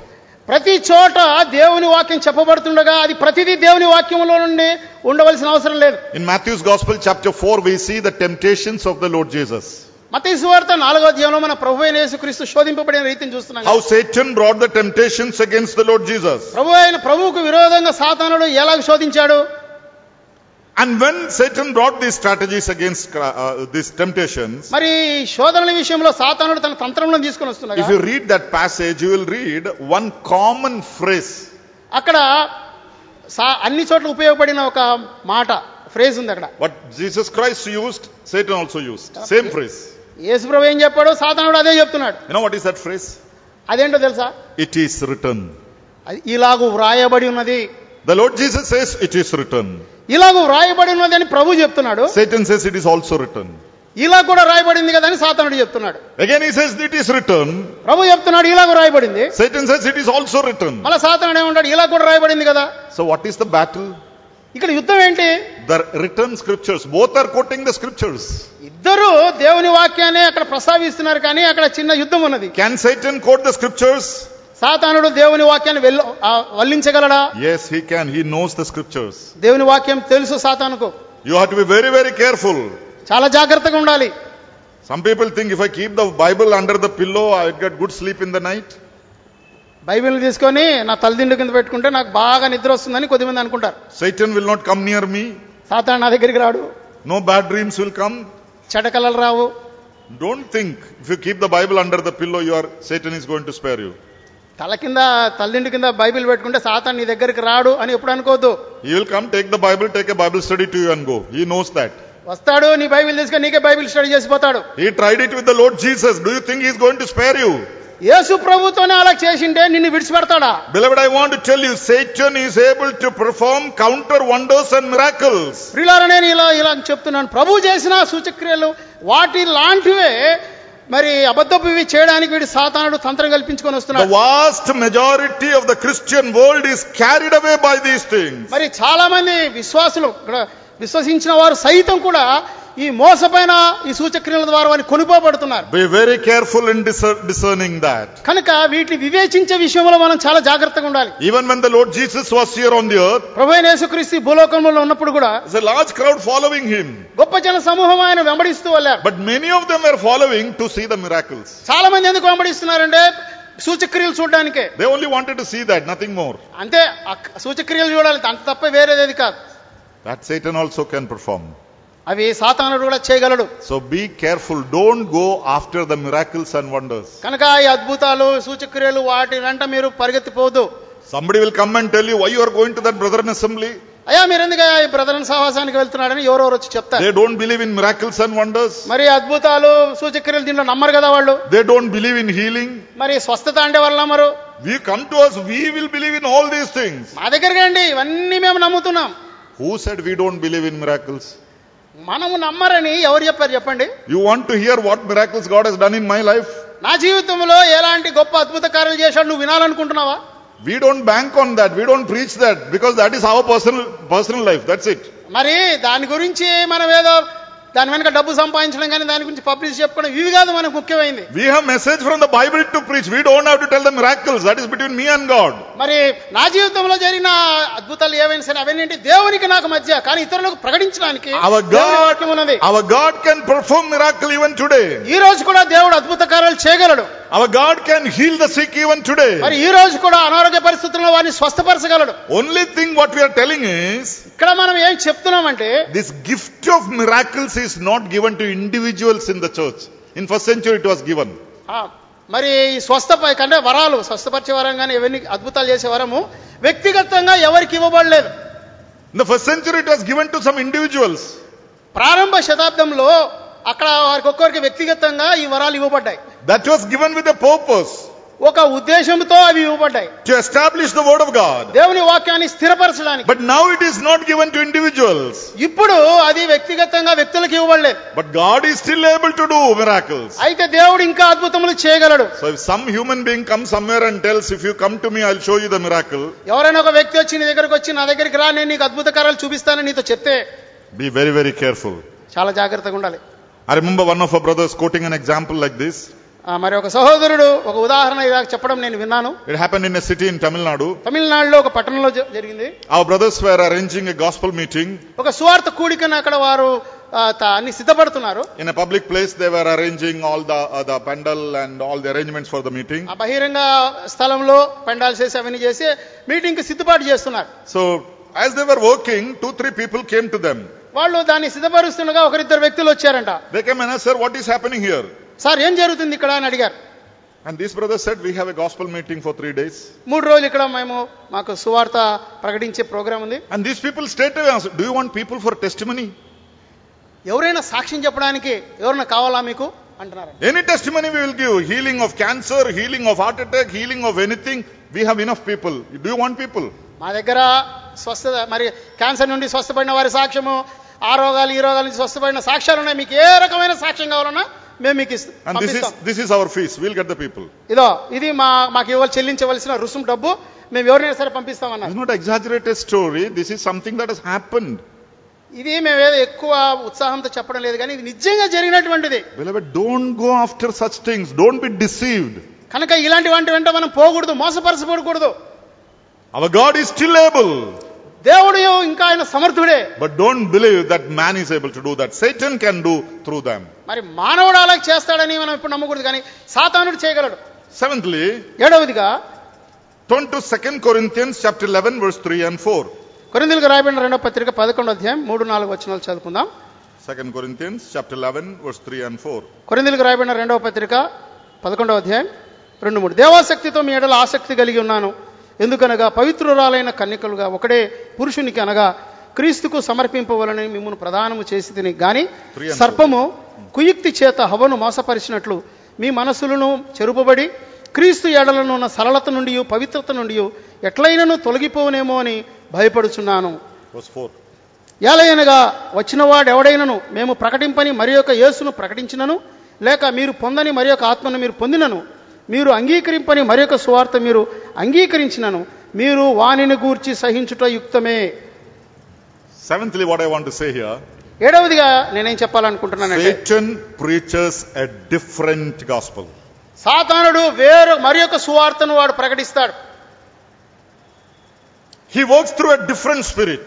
ప్రతి చోట దేవుని వాక్యం చెప్పబడుతుండగా అది ప్రతిదీ దేవుని వాక్యంలో నుండి ఉండవలసిన అవసరం లేదు In Matthew's Gospel, chapter 4, we see the temptations of the Lord Jesus. Matayi సువార్త నాలుగో అధ్యాయంలో మన ప్రభు అయిన యేసుక్రీస్తు శోధింపబడిన రీతిని చూస్తున్నాం How Satan brought the temptations against the Lord Jesus. ప్రభు అయిన ప్రభువుకు విరోధంగా సాతానుడు ఎలాగ శోధించాడు And when Satan brought these strategies against uh, these temptations, మరి ఈ శోధనల విషయంలో సాతానుడు తన తంత్రంలో తీసుకుని వస్తున్నాడు if you read that passage, you will read one common phrase. అక్కడ సా- అన్ని చోట్ల ఉపయోగపడిన ఒక మాట ఫ్రేజ్ ఉంది అక్కడ What Jesus Christ used, Satan also used. Same phrase. యేసుప్రభు ఏం చెప్పాడు సాతానుడు అదే చెప్తున్నాడు You know what is that phrase? అదేంటో తెలుసా It is written. అది ఇలాగు వ్రాయబడి ఉన్నది The Lord Jesus says, It is written. ఇలాగూ వ్రాయబడి ఉన్నది అని ప్రభు చెప్తున్నాడు Satan says, It is also written. ఇలా కూడా రాయబడింది కదా అని సాతానుడు చెప్తున్నాడు Again, he says, It is written. ప్రభు చెప్తున్నాడు ఇలాగూ రాయబడింది Satan says, It is also written. మళ్ళీ సాతానుడు ఏమంటాడు ఇలా కూడా రాయబడింది కదా So, what is the battle? ఇక్కడ యుద్ధం ఏంటి The written scriptures. Both are quoting the scriptures. ఇద్దరు దేవుని వాక్యాన్ని అక్కడ ప్రస్తావిస్తున్నారు కానీ అక్కడ చిన్న యుద్ధం ఉన్నది Can Satan quote the scriptures? సాతానుడు దేవుని వాక్యాన్ని వెల్ ఆ, వల్లించగలడా Yes, he can. He knows the scriptures. దేవుని వాక్యం తెలుసు సాతానుకు You have to be very, very careful. చాలా జాగ్రత్తగా ఉండాలి Some people think if I keep the Bible under the pillow, I'll get good sleep in the night. బైబిల్ని తీసుకొని నా తలదిండు కింద పెట్టుకుంటే నాకు బాగా నిద్ర వస్తుందని కొద్దిమంది అనుకుంటారు Satan will not come near me. సాతాను నా దగ్గరికి రాడు No bad dreams will come. చెడ్డ కలలు రావు Don't think if you keep the Bible under the pillow, you are, Satan is going to spare you. తల కింద తల్లిండి కింద బైబిల్ పెట్టుకుంటే సాతాను నీ దగ్గరికి రాడు అని ఎప్పుడు అనుకోవద్దు He will come, take the Bible, take a Bible study to you and go. He knows that. వస్తాడు నీ బైబిల్ తీసుకొని నీకే బైబిల్ స్టడీ చేసిపోతాడు He tried it with the Lord Jesus. Do you think he is going to spare you? Yesu ప్రభుతోనే అలా చేసింటే నిన్ను విడిచిపెడతాడా Beloved, I want to tell you, Satan is able to perform counter wonders and miracles. ప్రియులారా నేను ఇలా ఇలా చెప్తున్నాను ప్రభు చేసిన సూచక్రియలు వాటి లాంటివే మరి అబద్ధపు ఇవి చేయడానికి వీడి సాతానుడు తంత్రం కల్పించుకొని The వస్తున్నాడు vast majority of the Christian world is carried away by these things. మరి చాలా మంది విశ్వాసులు ఇక్కడ విశ్వసించిన వారు సైతం కూడా ఈ మోసపైన ఈ సూచక్రియల ద్వారా వారిని కొనుపోబడుతున్నారు Be very careful in discer- discerning that. కనుక వీటిని వివేచించే విషయంలో మనం చాలా జాగ్రత్తగా ఉండాలి Even when the Lord Jesus was here on the earth, ప్రభు అయిన యేసుక్రీస్తు ఈ భూలోకంలో ఉన్నప్పుడు కూడా there's a large crowd following him. గొప్ప జన సమూహం ఆయన వెంబడిస్తూ వెళ్ళారు But many of them were following to see the miracles. చాలా మంది ఎందుకు వెంబడిస్తున్నారంటే సూచక్రియలు చూడడానికే They only wanted to see that, nothing more. అంతే ఆ సూచక్రియలు చూడాలి అంత తప్ప వేరేదేది కాదు That Satan also can perform. అవి సాతానుడు కూడా చేయగలడు So be careful. Don't go after the miracles and wonders. కనుక ఈ అద్భుతాలు సూచక్రియలు వాటి వెంట మీరు పరిగెత్తిపోవద్దు Somebody will come and tell you why you are going to that brethren assembly. అయ్యా మీరు ఎందుకు ఈ బ్రదర్ సహవాసానికి వెళ్తున్నాడని ఎవరెవరు వచ్చి చెప్తారు They don't believe in miracles and wonders. మరి అద్భుతాలు సూచక్రియలు దీంట్లో నమ్మరు కదా వాళ్ళు They don't believe in healing. మరి స్వస్థత అంటే వాళ్ళు నమ్మరు We come to us, we will believe in all these things. మా దగ్గరికి రండి ఇవన్నీ మేము నమ్ముతున్నాం Who said we don't believe in miracles? మనము నమ్మరని ఎవరు చెప్పారు చెప్పండి You want to hear what miracles God has done in my life? నా జీవితంలో ఎలాంటి గొప్ప అద్భుత కార్యాలు చేశాడు నువ్వు వినాలనుకుంటున్నావా We don't bank on that. We don't preach that because that is our personal personal life. That's it. మరి దాని గురించి మనం ఏదో దాని వెనక డబ్బు సంపాదించడం కానీ దాని గురించి పబ్లిష్ చెప్పుకోవడం ఇవి కాదు మనకు ముఖ్యమైనది We have message from the Bible to preach. We don't have to tell the miracles. That is between me and God. మరి నా జీవితంలో జరిగిన అద్భుతాలు ఏవైనా సరే అవన్నీ దేవునికి నాకు మధ్య కానీ ఇతరులకు ప్రకటించడానికి Our God- దేవుని వాక్యం ఉన్నది Our God can perform miracle even today. ఈ రోజు కూడా దేవుడు అద్భుత కార్యాలు చేయగలడు Our God can heal the sick even మరి today. ఈ రోజు కూడా అనారోగ్య పరిస్థితుల్లో వారిని స్వస్థపరచగలడు Only thing what we are telling is ఇక్కడ మనం ఏం చెప్తున్నామంటే this gift of miracles is not given to individuals in the church. In first century it was given. ఆ, మరి ఈ స్వస్థ కంటే వరాలు స్వస్థపరిచే వరం కానీ ఇవన్నీ అద్భుతాలు చేసే వరము వ్యక్తిగతంగా ఎవరికి ఇవ్వబడలేదు In the first century it was given to some individuals. ప్రారంభ శతాబ్దంలో అక్కడ వారికి ఒక్కొక్కరికి వ్యక్తిగతంగా ఈ వరాలు ఇవ్వబడ్డాయి That was given with a purpose ఒక ఉద్దేశంతో అవి ఇవ్వబడ్డాయి to establish the word of God. దేవుని వాక్యాన్ని స్థిరపరచడానికి But now it is not given to individuals. ఇప్పుడు అది వ్యక్తిగతంగా వ్యక్తులకు ఇవ్వబడలేదు But God is still able to do miracles. అయితే దేవుడు ఇంకా అద్భుతములు చేయగలడు So if some human being comes somewhere and tells, if you come to me, I'll show you the miracle, ఎవరైనా ఒక వ్యక్తి వచ్చి నీ దగ్గరకు వచ్చి నా దగ్గరికి రా నేను నీకు అద్భుత కార్యాలు చూపిస్తానని నీతో చెప్తే be very, very careful. చాలా జాగ్రత్తగా ఉండాలి I remember one of our brothers quoting an example like this. ఆ, మరి ఒక సహోదరుడు ఒక ఉదాహరణ ఇదాక చెప్పడం నేను విన్నాను It happened in a city in Tamil Nadu. తమిళనాడులో ఒక పట్టణంలో జ- జరిగింది Our brothers were arranging a gospel meeting. ఒక సువార్త కూడికను అక్కడ వారు ఆ, తా- అన్ని సిద్ధపడుతున్నారు In a public place, they were arranging all the, uh, the pandal and all the arrangements for the meeting. ఆ బహిరంగ స్థలంలో పెండాలు చేసి అవన్నీ చేసి మీటింగ్కి సిద్ధపాటు చేస్తున్నారు So, as they were working, two, three people came to them. వాళ్ళు దాన్ని సిద్ధపరుస్తుండగా ఒకరిద్దరు వ్యక్తులు వచ్చారంట They came and asked, Sir, what is happening here? Sir ఏం జరుగుతుంది ఇక్కడ అని అడిగారు And these brothers said, We have a gospel meeting for three days. మూడు రోజులు ఇక్కడ మేము మాకు సువార్త ప్రకటించే ప్రోగ్రాం ఉంది And these people straight away asked, Do you want people for testimony? ఎవరైనా సాక్ష్యం చెప్పడానికి ఎవరైనా కావాలా మీకు అంటున్నారు Any testimony we will give healing of cancer, healing of heart attack, healing of anything. We have enough people. Do you want people? మా దగ్గర స్వస్థత మరి క్యాన్సర్ నుండి స్వస్థపడిన వారి సాక్ష్యము ఆ రోగాలు ఈ రోగాల నుంచి స్వస్థపడిన సాక్ష్యాలు ఉన్నాయి మీకు ఏ రకమైన సాక్ష్యం కావాలన్నా మేము మీకు ఇస్- And this is, పంపిస్తాం this is our fees. We'll get the people. ఇదో ఇది మా మాకు ఇవ్వాలి చెల్లించవలసిన రుసుం డబ్బు మేము ఎవరినైనా సరే It's పంపిస్తామన్నారు not exaggerated story. This is something that has happened. ఇది మేము ఏదో ఎక్కువ ఉత్సాహంతో చెప్పడం లేదు కానీ ఇది నిజంగా జరిగినటువంటిది Beloved, don't go after such things. Don't be deceived. కనుక ఇలాంటి వంటి వెంట మనం పోకూడదు మోసపరచబడకూడదు Our God is still able. దేవుడు ఇంకా ఆయన సమర్థుడే But don't believe that man is able to do that. Satan can do through them. మరి మానవుడు అలా చేస్తాడని మనం ఇప్పుడు నమ్మకూడదు కానీ సాతానుడు చేయగలడు Seventhly, ఏడవదిగా turn to 2 Corinthians chapter 11 verse 3 and 4. కొరిందులకు రాయబడిన రెండో పత్రిక పదకొండో అధ్యాయం మూడు నాలుగు వచనాలు చదువుకుందాం 2 Corinthians chapter 11 verse 3 and 4. కొరిందులకు రాయబడిన రెండవ పత్రిక పదకొండవ అధ్యాయం రెండు మూడు దేవాసక్తితో మీ ఎడల ఆసక్తి కలిగి ఉన్నాను ఎందుకనగా పవిత్రురాలైన కన్యకలుగా ఒకడే పురుషునికి అనగా క్రీస్తుకు సమర్పింపవలని మిమ్మల్ని ప్రదానము చేసి తిని గాని Three and సర్పము కుయుక్తి చేత హవను మోసపరిచినట్లు మీ మనసులను చెరుపబడి క్రీస్తు ఎడలను ఉన్న సరళత నుండి పవిత్రత నుండి ఎట్లయినను తొలగిపోనేమో అని భయపడుచున్నాను Verse 4. ఏలయనగా వచ్చినవాడు ఎవడైనను మేము ప్రకటింపని మరి యొక్క యేసును ప్రకటించినను లేక మీరు పొందని మరి యొక్క ఆత్మను మీరు పొందినను మీరు అంగీకరింపని మరి యొక్క సువార్త మీరు అంగీకరించినను మీరు వానిని గూర్చి సహించుట యుక్తమే Seventhly, what I want to say here, ఏడవదిగా నేనేం చెప్పాలనుకుంటున్నానంటే Satan preaches a different gospel. సాతానుడు వేరు మరి యొక్క సువార్తను వాడు ప్రకటిస్తాడు He works through a different spirit.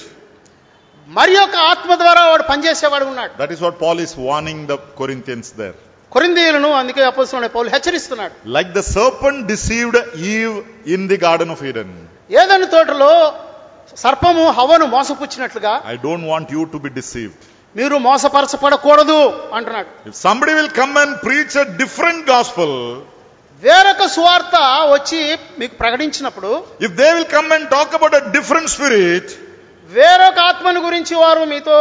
మరి యొక్క ఆత్మ ద్వారా వాడు పనిచేసేవాడు ఉన్నాడు That is what Paul is warning the Corinthians there. కొరిందీయులను అందుకే అపోస్తున్న పౌలు హెచ్చరిస్తున్నాడు Like the serpent deceived Eve in the Garden of Eden. ఏదైనా తోటలో సర్పము హవను మోసపుచ్చినట్లుగా I don't want you to be deceived. మీరు మోసపరచబడకూడదు అంటున్నాడు If somebody will come and preach a different gospel, వేరొక సువార్త వచ్చి మీకు ప్రకటించినప్పుడు if they will come and talk about a different spirit, వేరొక ఆత్మను గురించి వారు మీతో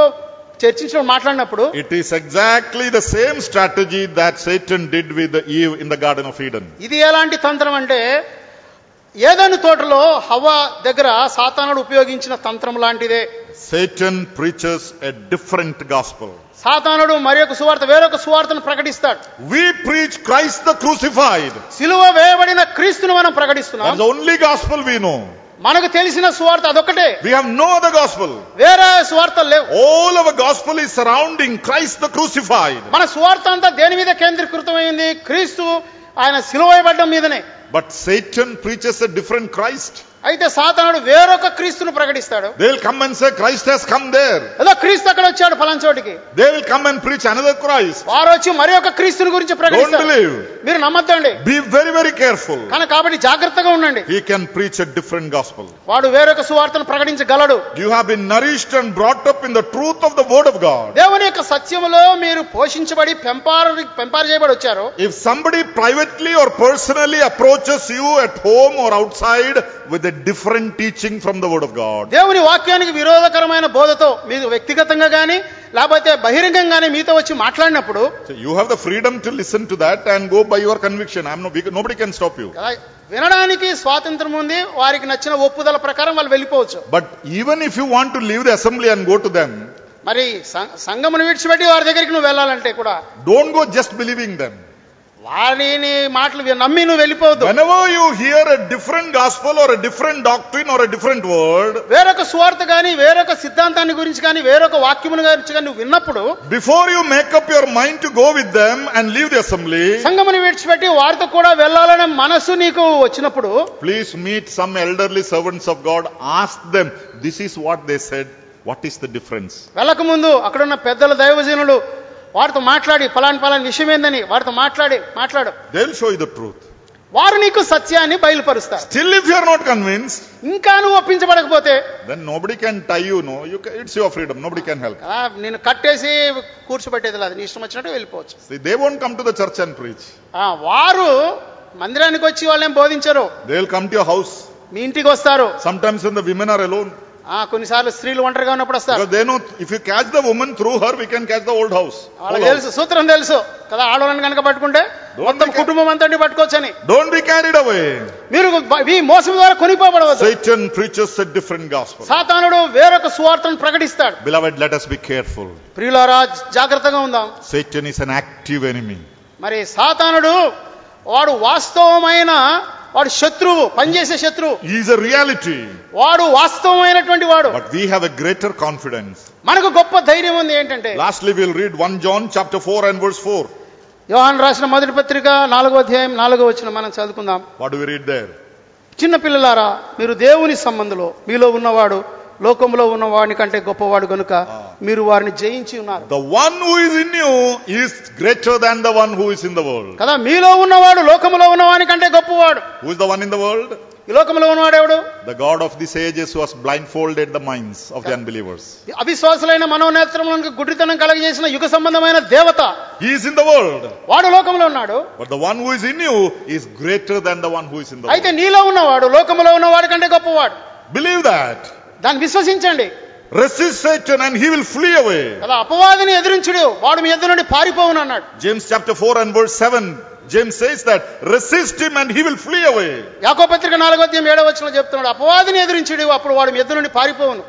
చర్చించడం మాట్లాడినప్పుడు it is exactly the same strategy that Satan did with Eve in the Garden of Eden. ఇది ఎలాంటి తంత్రం అంటే ఏదైనా తోటలో హవ దగ్గర సాతానుడు ఉపయోగించిన తంత్రం లాంటిదే Satan preaches a different gospel. సాతానుడు మరి ఒక సువార్త వేరొక సువార్తను ప్రకటిస్తాడు We preach Christ the crucified. సిలువ వేయబడిన క్రీస్తును మనం That's ప్రకటిస్తున్నాం the only gospel we know. మనకు తెలిసిన సువార్త అదొక్కటే We have no other gospel. వేరే సువార్త లేవు All our gospel is surrounding Christ the crucified. మన సువార్త అంతా దేని మీద కేంద్రీకృతమైంది క్రీస్తు ఆయన సిలువ వేయబడ్డం మీదనే But Satan preaches a different Christ. అయితే సాతానుడు వేరొక క్రీస్తును ప్రకటిస్తాడు They will come and say, Christ has come there. ఏదో క్రీస్తు అక్కడ వచ్చాడు ఫలానా చోటికి They will come and preach another Christ. వారు వచ్చి మరి ఒక క్రీస్తుని గురించి Don't ప్రకటిస్తారు believe. మీరు నమ్మద్దండి Be very, very careful. కానీ కాబట్టి జాగ్రత్తగా ఉండండి He can preach a different gospel. వాడు వేరొక సువార్తను ప్రకటించగలడు You have been nourished and brought up in the truth of the Word of God. దేవుని యొక్క సత్యములో మీరు పోషించబడి పెంపారు పెంపారు చేయబడి వచ్చారు If somebody privately or personally approaches you at home or outside with a different teaching from the Word of God, దేవుని వాక్యానికి విరోధకరమైన బోధతో మీరు వ్యక్తిగతంగా కానీ లేకపోతే బహిరంగంగానే మీతో వచ్చి మాట్లాడినప్పుడు so you have the freedom to listen to that and go by your conviction. I'm no, we, nobody can stop you. కదా, వినడానికి స్వాతంత్రం ఉంది వారికి నచ్చిన ఒప్పుదల ప్రకారం వాళ్ళు వెళ్ళిపోవచ్చు But even if you want to leave the assembly and go to them, మరి సం- సంఘమును విడిచిపెట్టి వారి దగ్గరికి నువ్వు వెళ్ళాలంటే కూడా Don't go just believing them. వారిని మాటలు వి- నమ్మి నువ్వు వెళ్ళిపోవద్దు Whenever you hear a different gospel or a different doctrine or a different word, వేరొక సువార్త కానీ వేరొక సిద్ధాంతాన్ని గురించి కానీ వేరొక వాక్యమును గురించి కానీ నువ్వు విన్నప్పుడు before you make up your mind to go with them and leave the assembly, సంఘమును విడిచిపెట్టి వారితో కూడా వెళ్ళాలనే మనసు నీకు వచ్చినప్పుడు please meet some elderly servants of God. Ask them, this is what they said. What is the difference? వెళ్ళకముందు అక్కడున్న పెద్దల దైవజనులు వారితో మాట్లాడి ఫలాని ఫలాని విషయం ఏందని వారితో మాట్లాడి మాట్లాడు They'll show you the truth. వారు నీకు సత్యాన్ని బయలుపరుస్తారు Still, if you are not convinced, ఇంకా నువ్వు ఒప్పించబడకపోతే then nobody can tie you. No, you ca it's your freedom. Nobody can help. "ఆ, నేను కట్టేసి కూర్చోబెట్టేది లేదు నీ ఇష్టం వచ్చినట్టు వెళ్ళిపోవచ్చు See, they won't come to the church and preach. ఆ, వారు మందిరానికి వచ్చి వాళ్ళేం బోధించరు They'll come to your house. మీ ఇంటికి వస్తారు Sometimes when the women are alone, ఆ, కొన్నిసార్లు స్త్రీలు ఒంటరిగా ఉన్నప్పుడు వస్తారు because they know if you catch the woman through her, we can catch the old house. Old వాళ్ళకి house. తెలుసు సూత్రం తెలుసు కదా ఆడవాళ్ళని కనుక పట్టుకుంటే మొత్తం కుటుంబం అంతా పట్టుకోవచ్చని Don't be carried away. మీరు బ- మీ మోసం ద్వారా కొనిపోబడవచ్చు Satan preaches a different gospel. సాతానుడు వేరొక సువార్తను ప్రకటిస్తాడు Beloved, let us be careful. ప్రియులారా జాగ్రత్తగా ఉందాం Satan is an active enemy. మరి సాతానుడు వాడు వాస్తవమైన వాడు శత్రువు పనిచేసే శత్రువు He is a reality. వాడు వాస్తవమైనటువంటి వాడు But we have a greater confidence. మనకు గొప్ప ధైర్యం ఉంది ఏంటంటే Lastly, we'll read 1 John chapter 4 and verse 4. యోహాన్ రాసిన మొదటి పత్రిక నాలుగో అధ్యాయం నాలుగో వచ్చిన మనం చదువుకుందాం What do we read there? చిన్న పిల్లలారా మీరు దేవుని సంబంధంలో మీలో ఉన్నవాడు లోకంలో ఉన్నవాడిని కంటే గొప్పవాడు గనుక మీరు వారిని జయించి ఉన్నారు The one who is in you is greater than the one who is in the world. కదా మీలో ఉన్నవాడు లోకంలో ఉన్నవాని కంటే గొప్పవాడు Who is the one in the world? ఈ లోకంలో ఉన్నవాడు ఎవడు The God of this ages who has blindfolded the minds of the unbelievers. అవిశ్వాసులైన మనోనేత్రములకు గుడ్డితనం కలగజేసిన యుగ సంబంధమైన దేవత He is in the world. వాడు లోకంలో ఉన్నాడు But the one who is in you is greater than the one who is in the అయితే world. నీలో ఉన్నవాడు లోకంలో ఉన్నవాడి కంటే గొప్పవాడు Believe that. దాన్ని విశ్వసించండి Resist Satan and he will flee away. కదా అపవాదిని ఎదిరించుడు వాడు మీ ఎద్దు నుండి పారిపోవును అన్నాడు James chapter 4 and verse 7. James says that resist him and he will flee away. యాకో పత్రిక నాలుగో అధ్యాయం ఏడవ వచ్చిన చెప్తున్నాడు అపవాదిని ఎదిరించుడు అప్పుడు వాడు మీ ఎద్దు నుండి పారిపోవును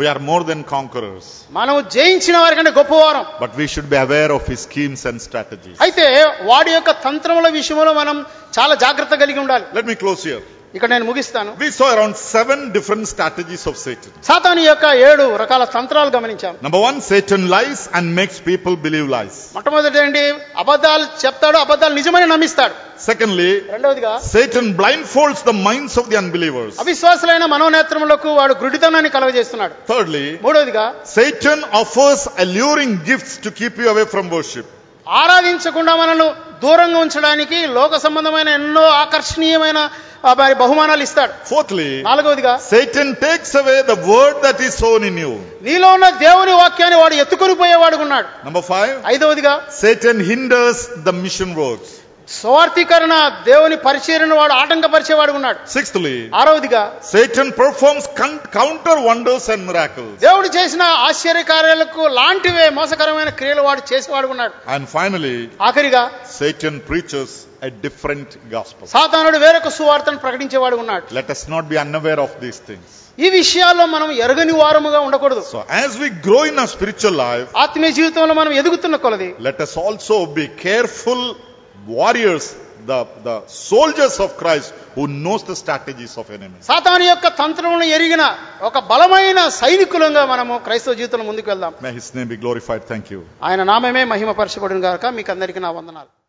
We are more than conquerors, మనం జయించిన వారి కంటే గొప్పవారం but we should be aware of his schemes and strategies. అయితే వాడి యొక్క తంత్రముల విషయంలో మనం చాలా జాగ్రత్త కలిగి ఉండాలి Let me close here. ఇక్కడ నేను ముగిస్తాను We saw around seven different strategies of Satan. సాతాను యొక్క ఏడు రకాల తంత్రాలు గమనించాం Number one, Satan lies and makes people believe lies. మొట్టమొదటి ఏంటి అబద్ధాలు చెప్తాడు అబద్ధాలు నిజమని నమ్మిస్తాడు Secondly, రెండవదిగా Satan blindfolds the minds of the unbelievers. అవిశ్వాసులైన మనోనేత్రములకు వాడు గుడితనాన్ని కలగజేస్తున్నాడు Thirdly, మూడవదిగా Satan offers alluring gifts to keep you away from worship. ఆరాధించకుండా మనల్ని దూరంగా ఉంచడానికి లోక సంబంధమైన ఎన్నో ఆకర్షణీయమైన ఆ, మరి బహుమానాలు ఇస్తాడు Fourthly, నాలుగవదిగా Satan takes away the word that is sown in you. నీలో ఉన్న దేవుని వాక్యాన్ని వాడు ఎత్తుకొని పోయేవాడు ఉన్నాడు Number five, ఐదవదిగా Satan hinders the mission works. స్వార్థీకరణ దేవుని పరిచర్యను వాడు ఆటంకపరిచేవాడు ఉన్నాడు Sixthly, ఆరవదిగా Satan performs con- counter wonders and miracles. దేవుడు చేసిన ఆశ్చర్య కార్యాలకు లాంటివే మోసకరమైన క్రియలు వాడు చేసేవాడు ఉన్నాడు And finally, ఆఖరిగా Satan preaches a different gospel. సాతానుడు వేరొక సువార్తను ప్రకటించేవాడు ఉన్నాడు Let us not be unaware of these things. ఈ విషయాల్లో మనం ఎరగని వారముగా ఉండకూడదు So, as we grow in our spiritual life, ఆత్మీయ జీవితంలో మనం ఎదుగుతున్న కొలది let us also be careful warriors, the, the soldiers of Christ who knows the strategies of enemies. సాతాను యొక్క తంత్రములను ఎరిగిన ఒక బలమైన సైనికులంగా మనము క్రైస్తవ జీవితంలో ముందుకు వెళ్దాం May his name be glorified. Thank you. ఆయన నామమే మహిమపరచబడిన గాక మీకు అందరికీ నా వందనాలు